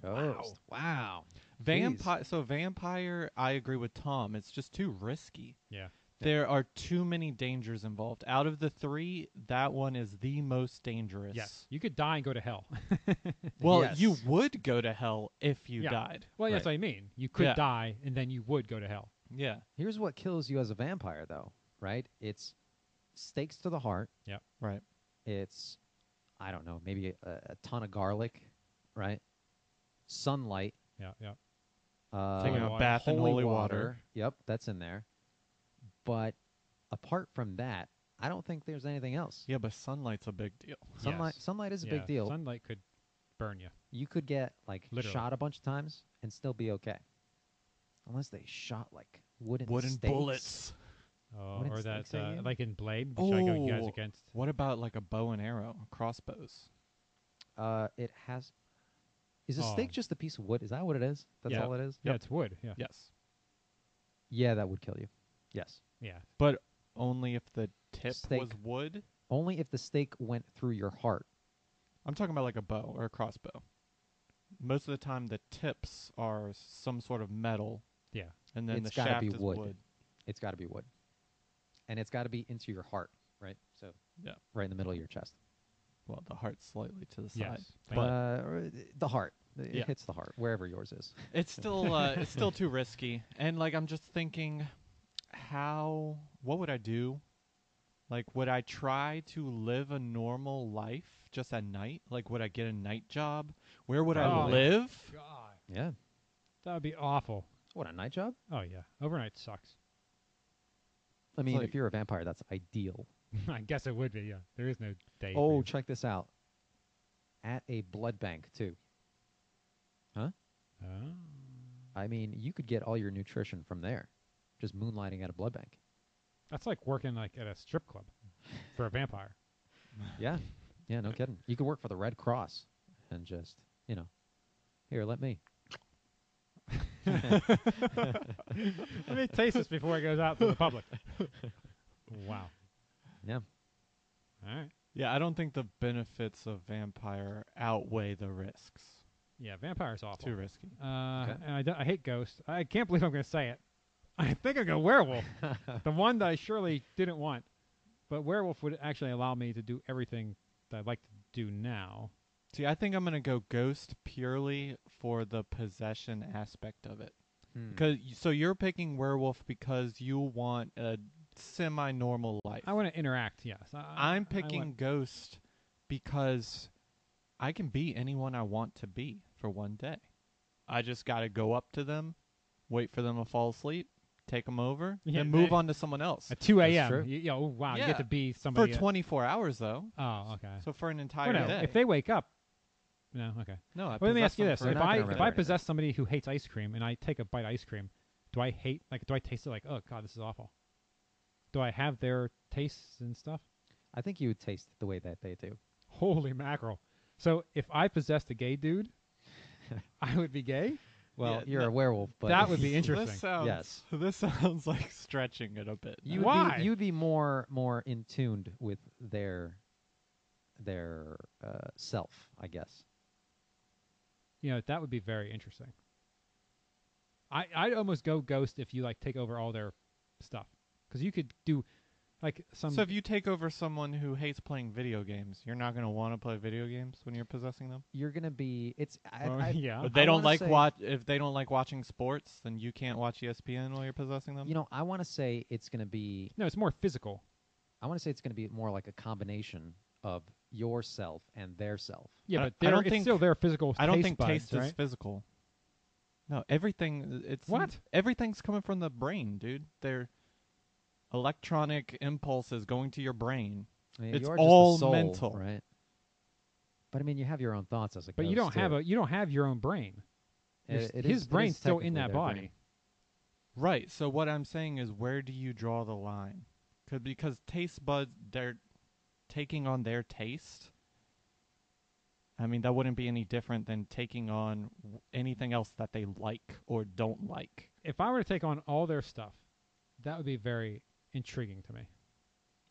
Speaker 2: Ghost. Wow.
Speaker 4: Vampire. So vampire. I agree with Tom. It's just too risky.
Speaker 3: Yeah.
Speaker 4: There are too many dangers involved. Out of the three, that one is the most dangerous.
Speaker 3: Yes. You could die and go to hell.
Speaker 4: Well, you
Speaker 2: Yes.
Speaker 4: would go to hell if you
Speaker 3: Yeah.
Speaker 4: died.
Speaker 3: Well,
Speaker 2: Right.
Speaker 3: that's what I mean. You could
Speaker 4: Yeah.
Speaker 3: die and then you would go to hell.
Speaker 4: Yeah.
Speaker 2: Here's what kills you as a vampire, though, right? It's stakes to the heart.
Speaker 4: Right.
Speaker 2: It's, I don't know, maybe a, a ton of garlic, right? Sunlight.
Speaker 3: Yeah. Yeah.
Speaker 2: Uh,
Speaker 4: Taking
Speaker 3: Holy
Speaker 4: a
Speaker 3: water.
Speaker 4: bath in holy water.
Speaker 2: Yep, that's in there. But apart from that, I don't think there's anything else.
Speaker 4: Yeah, but sunlight's a big deal.
Speaker 2: Sunlight,
Speaker 3: Yes.
Speaker 2: sunlight is a
Speaker 3: Yeah,
Speaker 2: big deal.
Speaker 3: Sunlight could burn you.
Speaker 2: you could get like
Speaker 3: Literally.
Speaker 2: shot a bunch of times and still be okay, unless they shot like wooden
Speaker 4: Wooden
Speaker 2: stakes.
Speaker 4: bullets.
Speaker 3: Oh,
Speaker 2: Wouldn't
Speaker 3: or
Speaker 2: snakes
Speaker 3: that,
Speaker 2: hurt
Speaker 3: uh,
Speaker 2: you?
Speaker 3: like in Blade, which I go you guys
Speaker 4: Oh.
Speaker 3: against.
Speaker 4: What about like a bow and arrow, crossbows?
Speaker 2: Uh, it has. Is a stake
Speaker 3: Oh.
Speaker 2: just a piece of wood? Is that what it is? That's
Speaker 3: Yeah.
Speaker 2: all it is.
Speaker 3: Yeah, it's wood. Yeah.
Speaker 4: Yes,
Speaker 2: Yeah, that would kill you. Yes.
Speaker 3: Yeah.
Speaker 4: but only if the tip was
Speaker 2: Stake.
Speaker 4: wood.
Speaker 2: Only if the stake went through your heart.
Speaker 4: I'm talking about like a bow or a crossbow. Most of the time, the tips are some sort of metal,
Speaker 3: Yeah.
Speaker 4: and then
Speaker 2: It's
Speaker 4: the
Speaker 2: gotta
Speaker 4: shaft
Speaker 2: be
Speaker 4: is
Speaker 2: wood.
Speaker 4: wood.
Speaker 2: It's got to be wood, and it's got to be into your heart, right? So
Speaker 4: Yeah.
Speaker 2: right in the middle of your chest.
Speaker 4: Well, the heart's slightly to the side.
Speaker 3: Yes. Thank
Speaker 4: But-
Speaker 3: you.
Speaker 2: uh, or th- the heart. It
Speaker 4: Yeah.
Speaker 2: hits the heart wherever yours is.
Speaker 4: It's still uh, it's still too risky, and like I'm just thinking, how what would I do? Like, would I try to live a normal life just at night? Like, would I get a night job? Where would I
Speaker 3: Probably.
Speaker 4: live?
Speaker 3: God,
Speaker 2: Yeah.
Speaker 3: that would be awful.
Speaker 2: What a night job.
Speaker 3: Oh yeah, overnight sucks.
Speaker 2: I mean,
Speaker 4: like-
Speaker 2: if you're a vampire, that's ideal.
Speaker 3: I guess it would be. Yeah, there is no day. for
Speaker 2: Oh,
Speaker 3: you.
Speaker 2: check this out. At a blood bank too.
Speaker 3: Oh.
Speaker 2: I mean, you could get all your nutrition from there, just moonlighting at a blood bank.
Speaker 3: that's like working like at a strip club for a vampire.
Speaker 2: Yeah. Yeah, no kidding. You could work for the Red Cross and just, you know, here, let me.
Speaker 3: Let me taste this before it goes out to the public. Wow.
Speaker 2: Yeah.
Speaker 3: All right.
Speaker 4: Yeah, I don't think the benefits of vampire outweigh the risks.
Speaker 3: Yeah, vampires
Speaker 4: It's
Speaker 3: awful.
Speaker 4: too risky.
Speaker 3: Uh,
Speaker 2: Okay.
Speaker 3: and I, d- I hate ghosts. I can't believe I'm going to say it. I think I go werewolf, the one that I surely didn't want. But werewolf would actually allow me to do everything that I'd like to do now.
Speaker 4: See, I think I'm gonna go ghost purely for the possession aspect of it.
Speaker 2: Hmm.
Speaker 4: Cause so you're picking werewolf because you want a semi-normal life.
Speaker 3: I want to interact. Yes, I,
Speaker 4: I'm
Speaker 3: I want-
Speaker 4: picking ghost because I can be anyone I want to be for one day. I just got to go up to them, wait for them to fall asleep, take them over,
Speaker 3: Yeah,
Speaker 4: and move
Speaker 3: they-
Speaker 4: on to someone else.
Speaker 3: at 2
Speaker 2: That's
Speaker 3: a.m.
Speaker 2: true.
Speaker 3: You, you know, oh, wow, you
Speaker 4: Yeah.
Speaker 3: get to be
Speaker 4: For
Speaker 3: somebody. uh,
Speaker 4: 24 hours though.
Speaker 3: oh, okay.
Speaker 4: So for an
Speaker 3: Well,
Speaker 4: entire
Speaker 3: no,
Speaker 4: day.
Speaker 3: if they wake up, no, okay.
Speaker 4: no, I
Speaker 3: Well, let me
Speaker 4: possess
Speaker 3: ask you
Speaker 4: them
Speaker 3: this:
Speaker 4: for
Speaker 3: if
Speaker 4: an
Speaker 2: not
Speaker 3: I
Speaker 4: entire
Speaker 2: gonna
Speaker 3: if
Speaker 4: day.
Speaker 3: I
Speaker 2: remember
Speaker 3: possess somebody who hates ice cream and I take a bite of ice cream, do I hate like do I taste it like oh god this is awful? Do I have their tastes and stuff?
Speaker 2: I think you would taste it the way that they do.
Speaker 3: Holy mackerel! So if I possessed a gay dude, I would be gay.
Speaker 2: Well,
Speaker 4: Yeah,
Speaker 2: you're
Speaker 4: no-
Speaker 2: a werewolf, but
Speaker 3: that would be interesting.
Speaker 4: this sounds,
Speaker 2: Yes.
Speaker 4: This sounds like stretching it a bit.
Speaker 2: you would
Speaker 4: now.
Speaker 3: Why?
Speaker 2: be you'd be more more in tuned with their their uh, self, I guess.
Speaker 3: You know that would be very interesting. I I'd almost go ghost if you like take over all their stuff because you could do like some.
Speaker 4: So if you take over someone who hates playing video games, you're not going to want to play video games when you're possessing them?
Speaker 2: You're gonna be it's I,
Speaker 3: Well,
Speaker 2: I-
Speaker 3: Oh, yeah.
Speaker 4: If they
Speaker 2: I
Speaker 4: don't
Speaker 2: wanna
Speaker 4: like
Speaker 2: say-
Speaker 4: watch if they don't like watching sports, then you can't watch E ESPN while you're possessing them.
Speaker 2: you know I want to say it's gonna be
Speaker 3: no, it's more physical.
Speaker 2: I want to say it's gonna be more like a combination of yourself and their self.
Speaker 3: Yeah,
Speaker 4: I-
Speaker 3: but
Speaker 4: I
Speaker 3: they're-
Speaker 4: don't
Speaker 3: it's
Speaker 4: think-
Speaker 3: still their physical.
Speaker 4: I don't
Speaker 3: taste
Speaker 4: think
Speaker 3: buds,
Speaker 4: taste
Speaker 3: right?
Speaker 4: is physical. No, everything it's
Speaker 3: What?
Speaker 4: everything's coming from the brain, dude. They're electronic impulses going to your brain.
Speaker 2: I mean,
Speaker 4: It's
Speaker 2: you're just the
Speaker 4: all
Speaker 2: soul,
Speaker 4: mental.
Speaker 2: right? But I mean, you have your own thoughts as a
Speaker 3: But you don't have a you don't have your own brain. His, his brain's still in that body.
Speaker 4: Right. So what I'm saying is where do you draw the line? 'Cause- because taste buds they're taking on their taste. I mean, that wouldn't be any different than taking on w- anything else that they like or don't like.
Speaker 3: If I were to take on all their stuff, that would be very intriguing to me.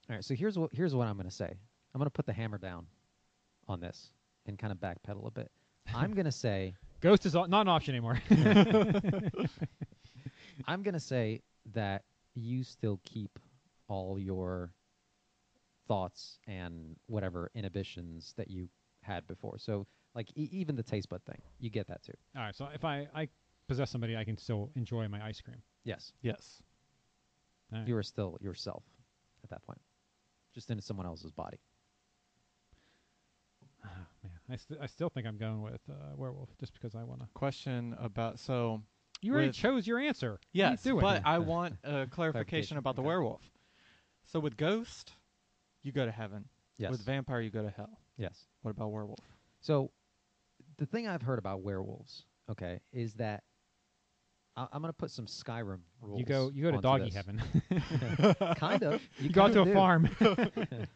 Speaker 2: All right, so here's what here's what I'm going to say. I'm going to put the hammer down on this and kind of backpedal a bit. I'm going to say
Speaker 3: Ghost is al- not an option anymore.
Speaker 2: I'm going to say that you still keep all your thoughts and whatever inhibitions that you had before. So like e- even the taste bud thing, you get that too.
Speaker 3: all right, so if I I possess somebody, I can still enjoy my ice cream.
Speaker 2: Yes,
Speaker 4: Yes.
Speaker 3: All right.
Speaker 2: you are still yourself at that point, just in someone else's body.
Speaker 3: Ah, man, I, st- I still think I'm going with uh, werewolf just because I want to.
Speaker 4: Question about so
Speaker 3: You already
Speaker 4: With-
Speaker 3: chose your answer.
Speaker 4: yes,
Speaker 3: what are you doing?
Speaker 4: but I want a clarification
Speaker 2: Clarification,
Speaker 4: about the
Speaker 2: okay.
Speaker 4: werewolf. So with ghost, you go to heaven.
Speaker 2: Yes.
Speaker 4: With vampire, you go to hell.
Speaker 2: yes.
Speaker 4: What about werewolf?
Speaker 2: So, the thing I've heard about werewolves, okay, is that I, I'm going to put some Skyrim rules.
Speaker 3: you go you go to
Speaker 2: onto
Speaker 3: doggy
Speaker 2: this.
Speaker 3: heaven.
Speaker 2: kind of.
Speaker 3: you go out
Speaker 2: kinda
Speaker 3: to a
Speaker 2: do.
Speaker 3: farm.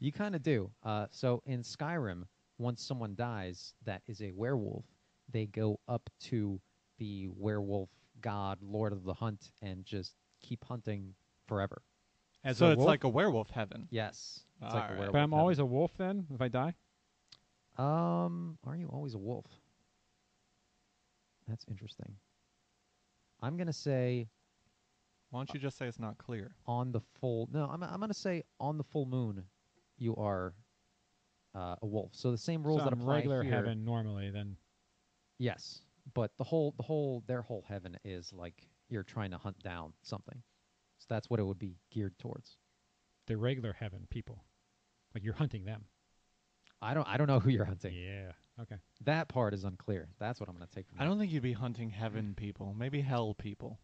Speaker 2: You kind of do. Uh, so in Skyrim, once someone dies that is a werewolf, they go up to the werewolf god, lord of the hunt, and just keep hunting forever.
Speaker 3: As
Speaker 4: so
Speaker 3: a
Speaker 4: it's
Speaker 3: wolf?
Speaker 4: like a werewolf heaven.
Speaker 2: Yes, it's like
Speaker 4: Alright.
Speaker 2: a
Speaker 4: But
Speaker 2: werewolf.
Speaker 3: but I'm
Speaker 2: heaven.
Speaker 3: always a wolf then if I die.
Speaker 2: Um, are you always a wolf? That's interesting. I'm gonna say
Speaker 4: Why don't you just say it's not clear?
Speaker 2: on the full. No, I'm I'm gonna say on the full moon, you are uh, a wolf. So the same rules
Speaker 3: so
Speaker 2: that
Speaker 3: I'm
Speaker 2: apply
Speaker 3: regular
Speaker 2: here.
Speaker 3: heaven normally then.
Speaker 2: Yes, but the whole the whole their whole heaven is like you're trying to hunt down something. So that's what it would be geared towards.
Speaker 3: the regular heaven people. Like you're hunting them.
Speaker 2: I don't I don't know who you're hunting.
Speaker 3: Yeah. Okay.
Speaker 2: That part is unclear. That's what I'm gonna take from
Speaker 4: I
Speaker 2: that.
Speaker 4: don't think you'd be hunting heaven people, maybe hell people.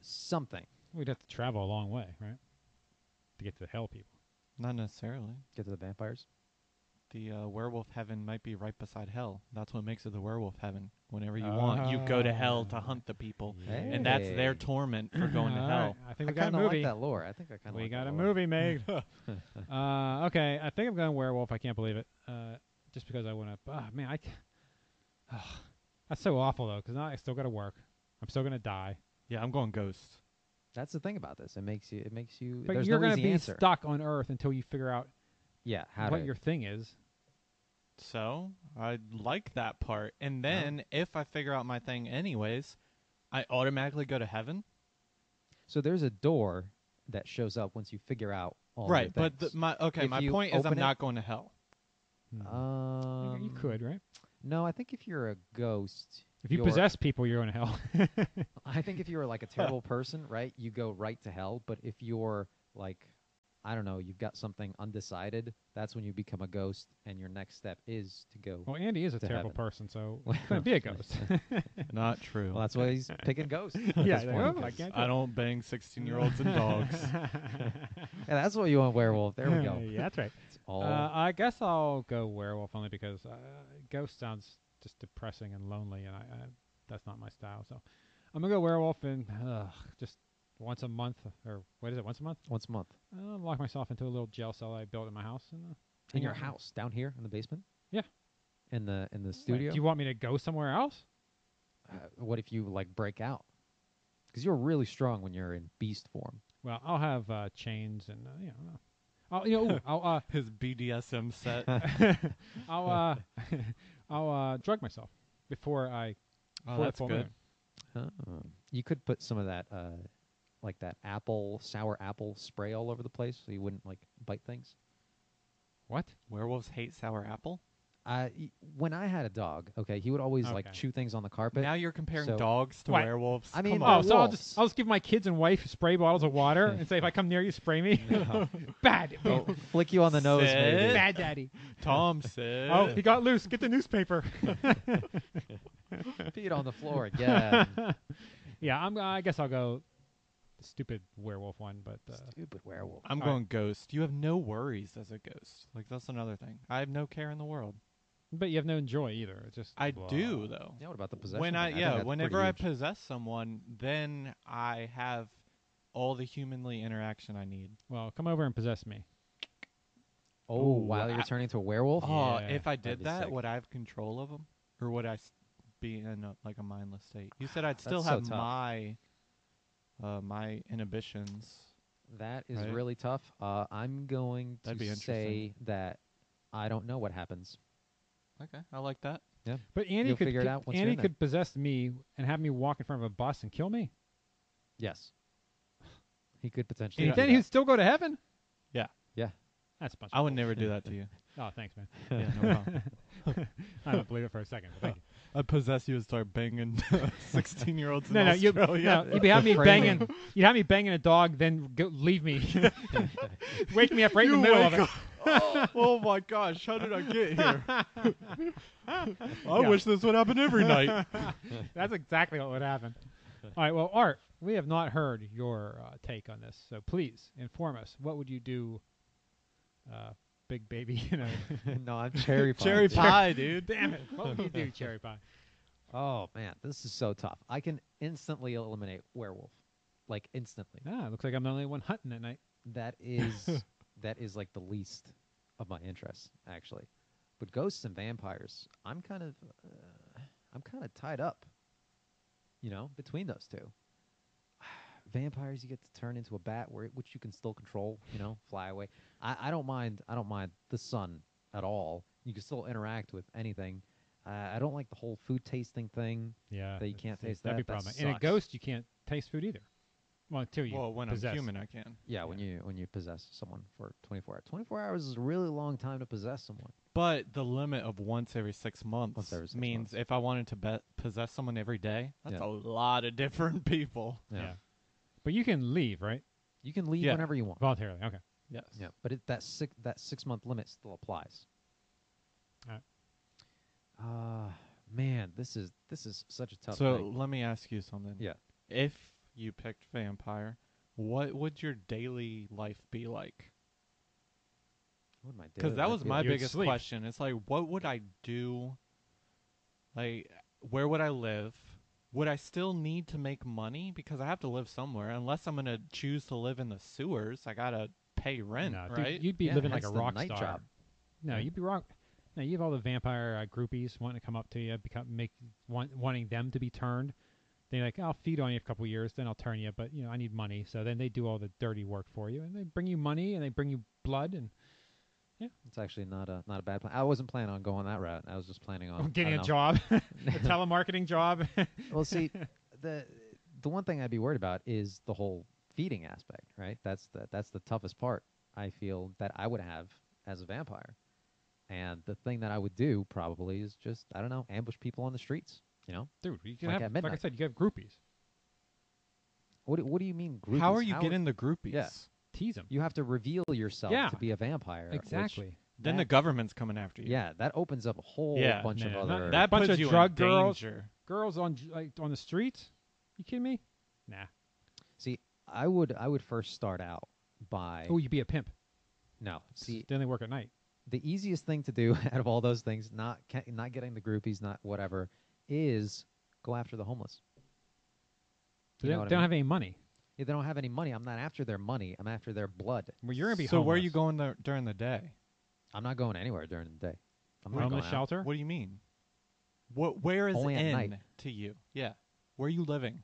Speaker 2: something.
Speaker 3: We'd have to travel a long way, right? To get to the hell people.
Speaker 4: Not necessarily.
Speaker 2: Get to the vampires.
Speaker 4: The uh, werewolf heaven might be right beside hell. That's what makes it the werewolf heaven. Whenever you want, you go to hell to
Speaker 3: Ah.
Speaker 4: hunt the people,
Speaker 2: Yeah.
Speaker 4: and that's their
Speaker 2: Hey.
Speaker 4: torment for going to
Speaker 3: All
Speaker 4: hell.
Speaker 3: right, I
Speaker 2: I
Speaker 3: think we got a
Speaker 2: kind of like
Speaker 3: movie.
Speaker 2: that lore. I think I kind of
Speaker 3: we
Speaker 2: like
Speaker 3: got
Speaker 2: that
Speaker 3: a
Speaker 2: lore.
Speaker 3: movie made. uh, okay, I think I'm going werewolf. I can't believe it. Uh, just because I want to. Oh, man, I. c- Ugh. that's so awful though, because now I still got to work. I'm still gonna die.
Speaker 4: Yeah, I'm going ghost.
Speaker 2: That's the thing about this. It makes you. It makes you.
Speaker 3: But
Speaker 2: there's
Speaker 3: you're
Speaker 2: no
Speaker 3: gonna
Speaker 2: easy
Speaker 3: be
Speaker 2: answer.
Speaker 3: stuck on Earth until you figure out
Speaker 2: Yeah. How
Speaker 3: what
Speaker 2: to,
Speaker 3: your thing is.
Speaker 4: So I like that Oh. part. And then if I figure out my thing anyways, I automatically go to heaven.
Speaker 2: So there's a door that shows up once you figure out all your
Speaker 4: right, but the,
Speaker 2: things.
Speaker 4: my okay,
Speaker 2: If
Speaker 4: my
Speaker 2: you
Speaker 4: point is I'm
Speaker 2: open it-
Speaker 4: not going to hell.
Speaker 3: Hmm.
Speaker 2: um,
Speaker 3: you could, right?
Speaker 2: No, I think if you're a ghost,
Speaker 3: If you
Speaker 2: you're-
Speaker 3: possess people, you're going to hell.
Speaker 2: I think if you're like a terrible person, right, you go right to hell. But if you're like, I don't know, you've got something undecided, that's when you become a ghost, and your next step is to go.
Speaker 3: well, Andy is a
Speaker 2: To
Speaker 3: terrible
Speaker 2: heaven.
Speaker 3: person, so he's going to be a Oh, ghost.
Speaker 4: not true.
Speaker 2: Well, that's why he's picking ghosts. at
Speaker 3: Yeah,
Speaker 2: this
Speaker 3: like,
Speaker 2: point,
Speaker 3: oh, I
Speaker 2: 'cause-
Speaker 3: can't-
Speaker 4: I don't bang 16 year olds and dogs.
Speaker 2: Yeah, that's what you want, werewolf. There we go.
Speaker 3: yeah, that's right.
Speaker 2: It's all
Speaker 3: Uh, I guess I'll go werewolf only because uh, ghost sounds just depressing and lonely, and I, I that's not my style. So I'm gonna go werewolf and uh, just once a month or what is it? Once a month?
Speaker 2: once a month.
Speaker 3: I'll lock myself into a little jail cell I built in my house. And, uh,
Speaker 2: In
Speaker 3: hang
Speaker 2: your
Speaker 3: out.
Speaker 2: house, down here in the basement.
Speaker 3: Yeah.
Speaker 2: In the in the
Speaker 3: Like,
Speaker 2: studio.
Speaker 3: do you want me to go somewhere else?
Speaker 2: uh, what if you like break out? Because you're really strong when you're in beast form.
Speaker 3: Well, I'll have uh, chains and uh, you know, I'll you know, ooh, I'll uh,
Speaker 4: His BDSM set. Oh,
Speaker 3: I'll uh, I'll uh, drug myself before I.
Speaker 4: oh,
Speaker 3: before the
Speaker 4: that's
Speaker 3: full
Speaker 4: good.
Speaker 3: moon.
Speaker 4: Oh.
Speaker 2: You could put some of that, uh, like that apple sour apple spray all over the place, so you wouldn't like bite things.
Speaker 3: What?
Speaker 4: Werewolves hate sour apple.
Speaker 2: I y- when I had a dog, okay, he would always like
Speaker 3: Okay.
Speaker 2: chew things on the carpet.
Speaker 4: now you're comparing
Speaker 2: so-
Speaker 4: dogs to
Speaker 3: What?
Speaker 4: werewolves.
Speaker 2: I mean,
Speaker 4: Come
Speaker 3: Oh,
Speaker 4: on.
Speaker 2: They're
Speaker 3: so I'll
Speaker 2: wolves.
Speaker 3: just I'll just give my kids and wife spray bottles of water and say if I come near you, spray me. Bad,
Speaker 4: Oh.
Speaker 2: They'll flick you on the nose, maybe.
Speaker 4: Sid.
Speaker 3: bad daddy.
Speaker 4: Tom said.
Speaker 3: Oh, he got loose. Get the newspaper.
Speaker 2: Feet on the floor again.
Speaker 3: yeah, I'm. I guess I'll go. The stupid werewolf one, but uh,
Speaker 2: Stupid werewolf.
Speaker 4: I'm
Speaker 3: All right.
Speaker 4: going ghost. You have no worries as a ghost. Like that's another thing. I have no care in the world.
Speaker 3: but you have no joy either. It's just
Speaker 4: I
Speaker 3: blah.
Speaker 4: do though.
Speaker 2: Yeah, what about the possession?
Speaker 4: When
Speaker 2: thing?
Speaker 4: I
Speaker 2: think that's
Speaker 4: yeah,
Speaker 2: pretty
Speaker 4: whenever I
Speaker 2: huge.
Speaker 4: possess someone, then I have all the humanly interaction I need.
Speaker 3: Well, come over and possess me.
Speaker 2: oh
Speaker 4: Ooh,
Speaker 2: wow, you're
Speaker 4: I-
Speaker 2: turning into a werewolf.
Speaker 4: Oh,
Speaker 3: Yeah,
Speaker 4: if I
Speaker 2: that'd
Speaker 4: did
Speaker 2: be
Speaker 4: that,
Speaker 2: sick.
Speaker 4: would I have control of them, or would I s- be in a, like a mindless state? You said I'd
Speaker 2: That's
Speaker 4: still
Speaker 2: so
Speaker 4: have
Speaker 2: tough.
Speaker 4: my uh, my inhibitions.
Speaker 2: That is
Speaker 4: Right?
Speaker 2: really tough. Uh, I'm going to
Speaker 4: That'd be interesting.
Speaker 2: say that I don't know what happens.
Speaker 4: Okay, I like that.
Speaker 3: But Andy
Speaker 2: You'll
Speaker 3: could
Speaker 2: figure it
Speaker 3: ki-
Speaker 2: out once you're
Speaker 3: Andy
Speaker 2: in there.
Speaker 3: could possess me and have me walk in front of a bus and kill me,
Speaker 2: Yes, he could potentially.
Speaker 3: and
Speaker 2: do
Speaker 3: then
Speaker 2: that.
Speaker 3: he'd still go to heaven.
Speaker 4: Yeah.
Speaker 2: Yeah.
Speaker 3: That's a bunch.
Speaker 4: I
Speaker 3: of
Speaker 4: would
Speaker 3: bull-
Speaker 4: never do that to you.
Speaker 3: Oh, thanks, man.
Speaker 4: yeah, no problem.
Speaker 3: I don't believe it for a second. But thank you.
Speaker 4: I'd possess you and start banging sixteen-year-olds.
Speaker 3: No,
Speaker 4: in
Speaker 3: no, you,
Speaker 4: Australia.
Speaker 3: no, you'd be have me
Speaker 2: Framing.
Speaker 3: banging. You'd have me banging a dog, then go, leave me. wake me up right in the
Speaker 4: You
Speaker 3: middle of
Speaker 4: wake
Speaker 3: it.
Speaker 4: oh, oh my gosh, how did I get here? I
Speaker 3: Yeah.
Speaker 4: wish this would happen every night.
Speaker 3: That's exactly what would happen. All right, well, Art, we have not heard your uh, take on this, so please inform us. What would you do, uh, big baby? You know,
Speaker 2: no, I'm cherry pie.
Speaker 4: Cherry
Speaker 2: dude.
Speaker 4: pie, dude.
Speaker 3: damn it, what would you do, Cherry Pie?
Speaker 2: Oh man, this is so tough. I can instantly eliminate werewolf, like instantly.
Speaker 3: Ah, looks like I'm the only one hunting at night.
Speaker 2: That is that is like the least of my interests actually. But ghosts and vampires, I'm kind of uh, I'm kind of tied up. You know, between those two. Vampires, you get to turn into a bat, where, which you can still control. You know, fly away. I, I don't mind. I don't mind the sun at all. You can still interact with anything. Uh, I don't like the whole food tasting thing.
Speaker 3: Yeah,
Speaker 2: That you can't
Speaker 3: see,
Speaker 2: taste
Speaker 3: That'd be
Speaker 2: that, that
Speaker 3: problem. And a
Speaker 2: sucks.
Speaker 3: ghost, you can't taste food either. Well, until you
Speaker 4: Well, when
Speaker 3: possess.
Speaker 4: I'm human, I can.
Speaker 2: Yeah, when you when you possess someone for 24 hours, 24 hours is a really long time to possess someone.
Speaker 4: But the limit of once every six months
Speaker 2: every six
Speaker 4: means
Speaker 2: months.
Speaker 4: if I wanted to be- possess someone every day, that's
Speaker 2: Yeah.
Speaker 4: a lot of different people.
Speaker 3: Yeah. but you can leave, right?
Speaker 2: you can leave
Speaker 4: Yeah.
Speaker 2: whenever you want.
Speaker 3: Voluntarily. Okay.
Speaker 4: Yes.
Speaker 2: Yeah, but it, that six that six month limit still applies.
Speaker 3: Alright.
Speaker 2: Uh man, this is this is such a tough
Speaker 4: So
Speaker 2: thing.
Speaker 4: let me ask you something.
Speaker 2: Yeah.
Speaker 4: If you picked vampire, what would your daily life be like?
Speaker 2: What am I doing?
Speaker 4: Because that
Speaker 2: I'd
Speaker 4: was
Speaker 2: be
Speaker 4: my
Speaker 2: like-
Speaker 3: You would
Speaker 4: biggest
Speaker 3: sleep.
Speaker 4: question. It's like, what would I do? Like, where would I live? Would I still need to make money? Because I have to live somewhere. Unless I'm going to choose to live in the sewers, I got to pay rent,
Speaker 3: No, dude,
Speaker 4: right?
Speaker 3: you'd be
Speaker 2: Yeah,
Speaker 3: living like a
Speaker 2: that's the
Speaker 3: rock
Speaker 2: night
Speaker 3: star.
Speaker 2: job.
Speaker 3: No,
Speaker 2: Yeah.
Speaker 3: you'd be rock. No, you have all the vampire uh, groupies wanting to come up to you, become make want, wanting them to be turned. They're like, I'll feed on you for a couple of years, then I'll turn you, but you know, I need money. So then they do all the dirty work for you, and they bring you money and they bring you blood and
Speaker 2: It's actually not a not a bad plan. I wasn't planning on going that route. I was just planning on Oh, I
Speaker 3: getting a
Speaker 2: don't know.
Speaker 3: job, a telemarketing job.
Speaker 2: Well, see, the the one thing I'd be worried about is the whole feeding aspect, right? That's the that's the toughest part I feel that I would have as a vampire. And the thing that I would do probably is just I don't know, ambush people on the streets, you know?
Speaker 3: Dude, you can
Speaker 2: Like
Speaker 3: have,
Speaker 2: at
Speaker 3: like I
Speaker 2: midnight.
Speaker 3: said, you can have groupies.
Speaker 2: What do, what do you mean groupies?
Speaker 4: How are you getting the groupies?
Speaker 2: Yeah.
Speaker 3: Tease them.
Speaker 2: you have to reveal yourself
Speaker 3: Yeah.
Speaker 2: to be a vampire. which-
Speaker 3: exactly.
Speaker 4: Then the
Speaker 2: That-
Speaker 4: government's coming after you.
Speaker 2: yeah, that opens up a whole
Speaker 4: Yeah,
Speaker 2: bunch
Speaker 3: no,
Speaker 2: of
Speaker 3: not
Speaker 2: other
Speaker 4: That
Speaker 3: Bunch
Speaker 4: puts
Speaker 3: of
Speaker 4: you
Speaker 3: drug
Speaker 4: in
Speaker 3: girls.
Speaker 4: danger.
Speaker 3: Girls on j- like, on the streets? You kidding me? Nah.
Speaker 2: See, I would I would first start out by
Speaker 3: Oh, you'd be a pimp.
Speaker 2: no. See,
Speaker 3: then they work at night.
Speaker 2: the easiest thing to do out of all those things, not ca- not getting the groupies, not whatever, is go after the homeless. You
Speaker 3: They
Speaker 2: know
Speaker 3: don't,
Speaker 2: what I
Speaker 3: they don't
Speaker 2: mean?
Speaker 3: have any money.
Speaker 2: If they don't have any money, I'm not after their money. I'm after their blood.
Speaker 3: Well, you're gonna be
Speaker 4: so where are you
Speaker 3: homeless.
Speaker 4: going the, during the day?
Speaker 2: I'm not going anywhere during the day. I'm not going
Speaker 3: homeless
Speaker 2: out.
Speaker 3: shelter?
Speaker 4: What do you mean? What? Where is
Speaker 2: Only at
Speaker 4: in
Speaker 2: night.
Speaker 4: to you? Yeah. Where are you living?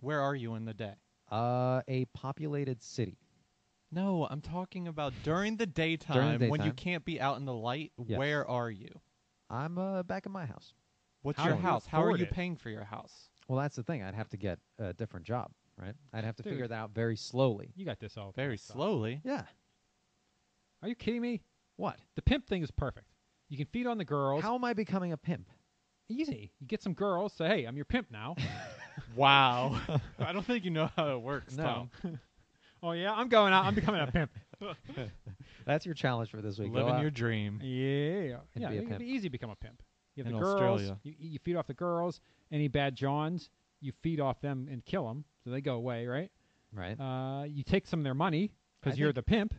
Speaker 4: Where are you in the day?
Speaker 2: Uh, a populated city.
Speaker 4: No, I'm talking about during the daytime, when you
Speaker 2: daytime?
Speaker 4: can't be out in the light.
Speaker 2: Yes.
Speaker 4: Where are you?
Speaker 2: I'm uh, back in my house.
Speaker 4: What's
Speaker 3: How
Speaker 4: your
Speaker 3: do you
Speaker 4: house? How are
Speaker 3: afford
Speaker 4: you
Speaker 3: it?
Speaker 4: paying for your house?
Speaker 2: Well, that's the thing. I'd have to get a different job, right? I'd have to
Speaker 3: Dude.
Speaker 2: figure that out very slowly.
Speaker 3: You got this all.
Speaker 4: Very
Speaker 3: messed up.
Speaker 4: slowly.
Speaker 2: Yeah.
Speaker 3: Are you kidding me?
Speaker 2: What?
Speaker 3: The pimp thing is perfect. You can feed on the girls.
Speaker 2: How am I becoming a pimp?
Speaker 3: easy? You get some girls. Say, hey, I'm your pimp now.
Speaker 4: Wow. I don't think you know how it works,
Speaker 2: No.
Speaker 4: Tom.
Speaker 3: oh yeah, I'm going out. I'm becoming a pimp.
Speaker 2: That's your challenge for this week. Go
Speaker 4: Living
Speaker 2: out.
Speaker 4: your dream.
Speaker 3: Yeah,
Speaker 2: And
Speaker 3: yeah.
Speaker 2: be a
Speaker 3: it'd
Speaker 2: pimp.
Speaker 3: be easy to become a pimp. You have
Speaker 4: In
Speaker 3: the girls.
Speaker 4: Australia.
Speaker 3: You, you feed off the girls. Any bad Johns, you feed off them and kill them, so they go away, right?
Speaker 2: right.
Speaker 3: Uh, you take some of their money
Speaker 2: I
Speaker 3: because you're
Speaker 2: think-
Speaker 3: the pimp,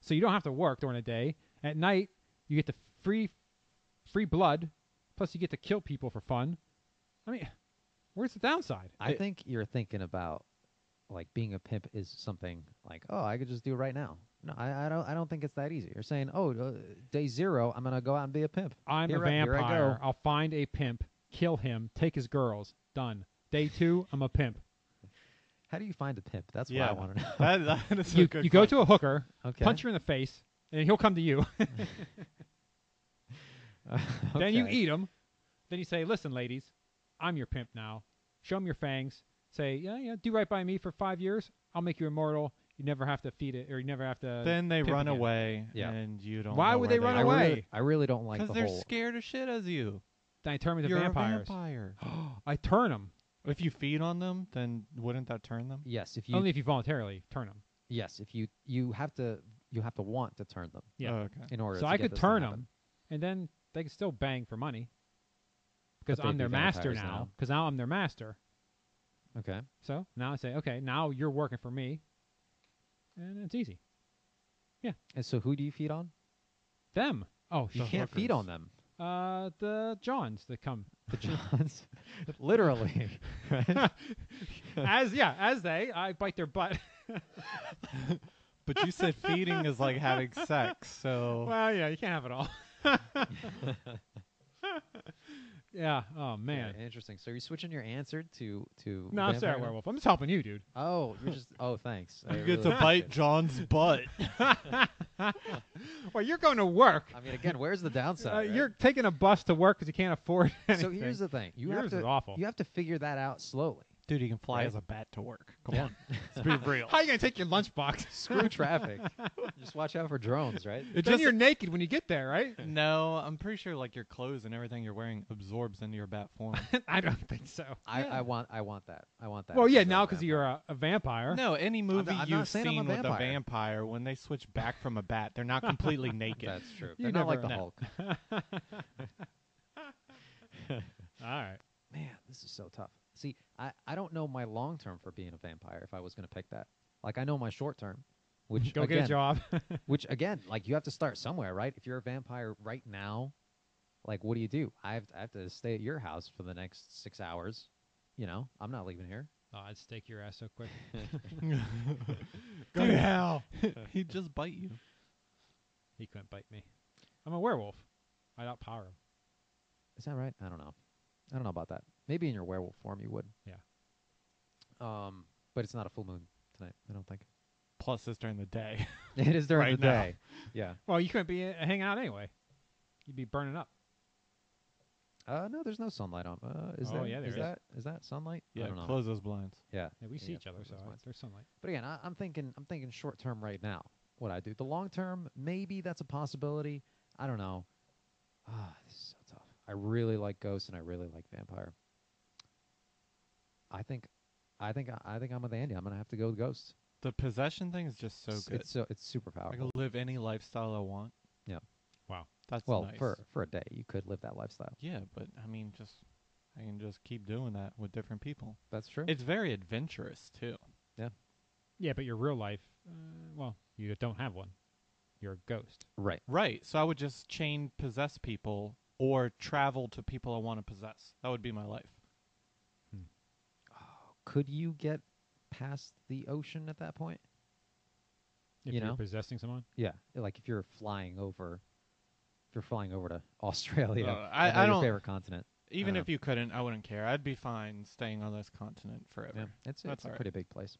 Speaker 3: so you don't have to work during the day. At night, you get the free, free blood, plus you get to kill people for fun. I mean, where's the downside?
Speaker 2: I
Speaker 4: It-
Speaker 2: think you're thinking about like being a pimp is something like, oh, I could just do right now. No, I, I don't. I don't think it's that easy. You're saying, oh, uh, day zero, I'm gonna go out and be a pimp.
Speaker 3: I'm
Speaker 2: Here
Speaker 3: a
Speaker 2: I- here I go.
Speaker 3: vampire. I'll find a pimp, kill him, take his girls. Done. Day two, I'm a pimp.
Speaker 2: How do you find a pimp? That's
Speaker 4: Yeah.
Speaker 2: what I want to know.
Speaker 4: That, that is
Speaker 3: you
Speaker 4: a good
Speaker 3: you go to a hooker,
Speaker 2: Okay.
Speaker 3: punch her in the face, and he'll come to you. Then you
Speaker 2: Okay.
Speaker 3: eat him. Then you say, "Listen, ladies, I'm your pimp now. Show him your fangs. Say, yeah, yeah, do right by me for five years. I'll make you immortal. You never have to feed it, or you never have to."
Speaker 4: Then they
Speaker 3: pimp
Speaker 4: run
Speaker 3: again.
Speaker 4: away,
Speaker 2: Yeah.
Speaker 4: and you don't.
Speaker 3: Why
Speaker 4: know
Speaker 3: would
Speaker 4: where
Speaker 3: they run
Speaker 2: I
Speaker 4: are.
Speaker 3: away?
Speaker 2: really, I really don't like the
Speaker 4: they're
Speaker 2: whole.
Speaker 4: scared as shit as you.
Speaker 3: Then I turn them into
Speaker 4: You're
Speaker 3: vampires.
Speaker 4: a vampire.
Speaker 3: I turn them
Speaker 4: If you feed on them, then wouldn't that turn them?
Speaker 2: Yes, if you
Speaker 3: only if you voluntarily turn them.
Speaker 2: yes, if you you have to you have to want to turn them
Speaker 3: Yeah.
Speaker 4: Oh, okay.
Speaker 2: in order.
Speaker 3: So
Speaker 2: to
Speaker 3: I
Speaker 2: get
Speaker 3: could
Speaker 2: this to
Speaker 3: turn
Speaker 2: happen.
Speaker 3: them, and then they could still bang for money because
Speaker 2: But they'd
Speaker 3: I'm their
Speaker 2: be
Speaker 3: master
Speaker 2: vampires
Speaker 3: now.
Speaker 2: now.
Speaker 3: Because now I'm their master.
Speaker 2: Okay.
Speaker 3: So now I say, okay, now you're working for me, and it's easy.
Speaker 2: And so who do you feed on?
Speaker 3: Them. Oh,
Speaker 2: You
Speaker 4: The
Speaker 2: can't feed
Speaker 4: hookers.
Speaker 2: on them.
Speaker 3: Uh, the Johns that come.
Speaker 2: The Johns, literally. right?
Speaker 3: as yeah, as they, I bite their butt.
Speaker 4: But you said feeding is like having sex,
Speaker 2: Oh.
Speaker 4: so
Speaker 3: well, yeah, you can't have it all. yeah. Oh
Speaker 2: Yeah,
Speaker 3: man.
Speaker 2: interesting. So you're switching your answer to to.
Speaker 3: no, I'm sorry,
Speaker 2: vampire now?
Speaker 3: werewolf. I'm just helping you, dude.
Speaker 2: Oh, you're just. Oh, thanks. I
Speaker 4: you
Speaker 2: really
Speaker 4: get to
Speaker 2: appreciate
Speaker 4: bite
Speaker 2: it.
Speaker 4: John's butt.
Speaker 3: well, you're going to work.
Speaker 2: I mean, again, where's the
Speaker 3: Uh,
Speaker 2: downside? right?
Speaker 3: You're taking a bus to work because you can't afford anything.
Speaker 2: so here's the thing. You
Speaker 3: Yours
Speaker 2: have
Speaker 3: is
Speaker 2: to.
Speaker 3: awful.
Speaker 2: You have to figure that out slowly.
Speaker 4: Dude, you can fly
Speaker 2: Right?
Speaker 4: as a bat to work. Come
Speaker 2: Yeah.
Speaker 4: on, let's be real.
Speaker 3: How are you gonna take your lunchbox?
Speaker 2: Screw traffic. just watch out for drones, right?
Speaker 4: It
Speaker 3: then
Speaker 4: just
Speaker 3: you're naked when you get there, right?
Speaker 4: no. I'm pretty sure like your clothes and everything you're wearing absorbs into your bat form.
Speaker 3: I don't think so.
Speaker 2: I,
Speaker 4: Yeah.
Speaker 2: I want. I want that. I want that.
Speaker 3: Well, yeah,
Speaker 2: as a
Speaker 3: now because
Speaker 2: vampire.
Speaker 3: you're a, a vampire.
Speaker 4: no, any movie
Speaker 2: I'm not
Speaker 4: you've
Speaker 2: saying I'm a
Speaker 4: seen with a
Speaker 2: vampire.
Speaker 4: vampire, when they switch back from a bat, they're not completely naked.
Speaker 2: That's true.
Speaker 3: You
Speaker 2: They're not like the
Speaker 3: never- no.
Speaker 2: Hulk.
Speaker 3: All right.
Speaker 2: Man, this is so tough. See, I, I don't know my long term for being a vampire if I was going to pick that. Like, I know my short term, which
Speaker 3: Go
Speaker 2: again,
Speaker 3: get a job.
Speaker 2: Which again, like you have to start somewhere, right? If you're a vampire right now, like what do you do? I have I have to stay at your house for the next six hours. You know, I'm not leaving here.
Speaker 3: Oh, I'd stake your ass so quick.
Speaker 4: Go to hell. He'd just bite you.
Speaker 3: He couldn't bite me. I'm a werewolf. I'd outpower him.
Speaker 2: Is that right? I don't know. I don't know about that. Maybe in your werewolf form you would.
Speaker 3: Yeah.
Speaker 2: Um, but it's not a full moon tonight. I don't think
Speaker 4: Plus, it's during the day.
Speaker 2: it is during
Speaker 4: Right
Speaker 2: the
Speaker 4: now.
Speaker 2: day. Yeah.
Speaker 3: Well, you couldn't be uh, hanging out anyway. You'd be burning up.
Speaker 2: Uh, no, there's no sunlight on. Uh, is
Speaker 3: Oh,
Speaker 2: there?
Speaker 3: yeah, there
Speaker 2: is
Speaker 3: is.
Speaker 2: that is that sunlight? I
Speaker 4: Yeah,
Speaker 2: don't know.
Speaker 4: close those blinds.
Speaker 2: Yeah.
Speaker 3: Yeah, we see
Speaker 2: Yeah,
Speaker 3: each other,
Speaker 2: close
Speaker 3: so
Speaker 2: those
Speaker 3: I-
Speaker 2: blinds.
Speaker 3: there's sunlight.
Speaker 2: But again, I, I'm thinking I'm thinking short term right now. What I do the long term, maybe that's a possibility. I don't know. Ah, this is so tough. I really like ghosts and I really like vampire. I think, I think, I think I'm with Andy. I'm gonna have to go with ghosts.
Speaker 4: The possession thing is just so
Speaker 2: it's,
Speaker 4: good.
Speaker 2: It's so it's super
Speaker 4: I
Speaker 2: powerful.
Speaker 4: can live any lifestyle I want.
Speaker 2: Yeah.
Speaker 3: Wow.
Speaker 4: That's
Speaker 2: Well,
Speaker 4: nice.
Speaker 2: for for a day, you could live that lifestyle.
Speaker 4: yeah, but I mean, just I can just keep doing that with different people.
Speaker 2: That's true.
Speaker 4: It's very adventurous too.
Speaker 3: Yeah, but your real life, uh, well, you don't have one. You're a ghost.
Speaker 2: right.
Speaker 4: Right. So I would just chain possess people or travel to people I want to possess. That would be my life.
Speaker 2: Oh, Could you get past the ocean at that point?
Speaker 3: If
Speaker 2: You
Speaker 3: are
Speaker 2: know?
Speaker 3: possessing someone,
Speaker 2: Yeah, like if you're flying over, if you're flying over to Australia,
Speaker 4: Uh, I-
Speaker 2: know
Speaker 4: I
Speaker 2: your
Speaker 4: don't-
Speaker 2: favorite continent.
Speaker 4: Even
Speaker 2: Uh,
Speaker 4: if you couldn't, I wouldn't care. I'd be fine staying on this continent forever.
Speaker 2: Yeah, it's
Speaker 4: That's
Speaker 2: it's a
Speaker 4: all right.
Speaker 2: pretty big place.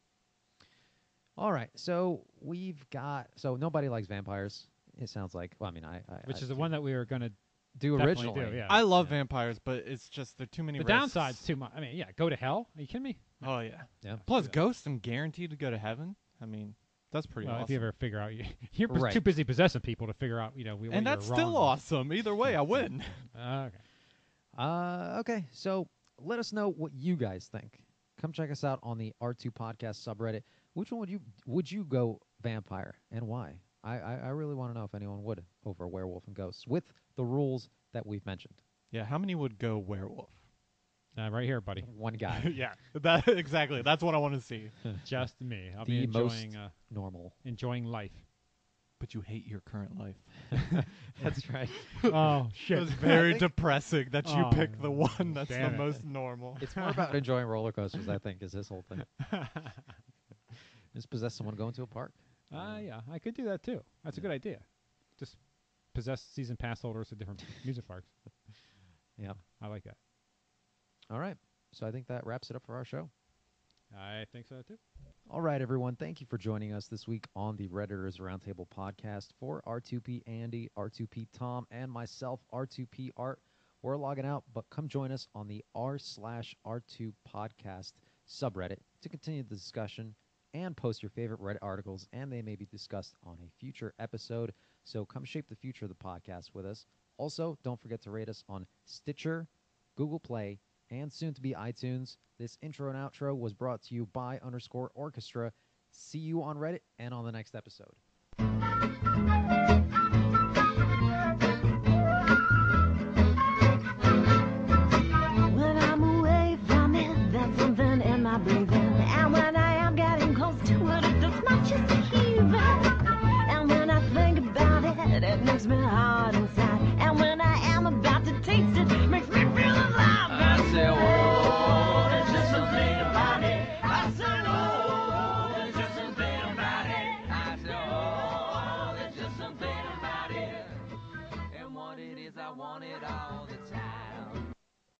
Speaker 2: All right, so we've got so nobody likes vampires. It sounds like. Well, I mean, I, I
Speaker 3: which
Speaker 2: I
Speaker 3: is the one that we were going to
Speaker 2: do
Speaker 3: definitely
Speaker 2: originally.
Speaker 3: do. Yeah.
Speaker 4: I love
Speaker 3: yeah.
Speaker 4: vampires, but it's just there are too many.
Speaker 3: The
Speaker 4: risks.
Speaker 3: downside's too much. I mean, yeah, go to hell. Are you kidding me?
Speaker 4: Oh yeah.
Speaker 2: Yeah.
Speaker 4: Plus,
Speaker 3: Yeah.
Speaker 4: ghosts, I'm guaranteed to go to heaven. I mean, that's pretty
Speaker 3: well,
Speaker 4: awesome.
Speaker 3: if you ever figure out, you, you're pos-
Speaker 2: Right.
Speaker 3: too busy possessing people to figure out, you know, we.
Speaker 4: and that's still awesome. Either way, I win.
Speaker 3: Uh, okay.
Speaker 2: Uh, okay, so let us know what you guys think. Come check us out on the R2 podcast subreddit. Which one would you would you go vampire and why? I I, I really want to know if anyone would over werewolf and ghosts with the rules that we've mentioned.
Speaker 4: yeah. How many would go werewolf?
Speaker 3: Uh, right here, buddy.
Speaker 2: One guy,
Speaker 4: yeah. That exactly. That's what I want to see.
Speaker 3: Just me. I'll
Speaker 2: The
Speaker 3: be
Speaker 2: most-
Speaker 3: enjoying uh,
Speaker 2: normal.
Speaker 3: enjoying life.
Speaker 4: But you hate your current life.
Speaker 2: That's right.
Speaker 3: oh
Speaker 4: It
Speaker 3: shit.
Speaker 4: was very
Speaker 2: think-
Speaker 4: depressing that you
Speaker 3: Oh,
Speaker 4: picked the one that's the
Speaker 3: damn it.
Speaker 4: most normal.
Speaker 2: It's more about enjoying roller coasters, I think, is this whole thing. Just possess someone going to a park.
Speaker 3: Ah, yeah, I could do that too. That's a good idea. Just possess season pass holders to different music parks.
Speaker 2: Yeah.
Speaker 3: I like that.
Speaker 2: All right. So I think that wraps it up for our show.
Speaker 3: I think so too.
Speaker 2: All right, everyone. Thank you for joining us this week on the Redditors Roundtable podcast for R2P Andy, R2P Tom, and myself, R2P Art. We're logging out, but come join us on the r slash R2 podcast subreddit to continue the discussion and post your favorite Reddit articles, and they may be discussed on a future episode. So come shape the future of the podcast with us. Also, don't forget to rate us on Stitcher, Google Play, and soon to be iTunes. This intro and outro was brought to you by underscore orchestra. See you on Reddit and on the next episode.
Speaker 5: When I'm away from it, there's something in my breathing. And when I am getting close to it, it does not just heaving. And when I think about it, it makes me hard inside. And when I am about to taste it, makes me feel alive.
Speaker 1: I say,
Speaker 5: oh, there's just something about it. I said, oh, there's just something about it.
Speaker 1: I say, oh, there's just something about it. And what it is, I want it all the time.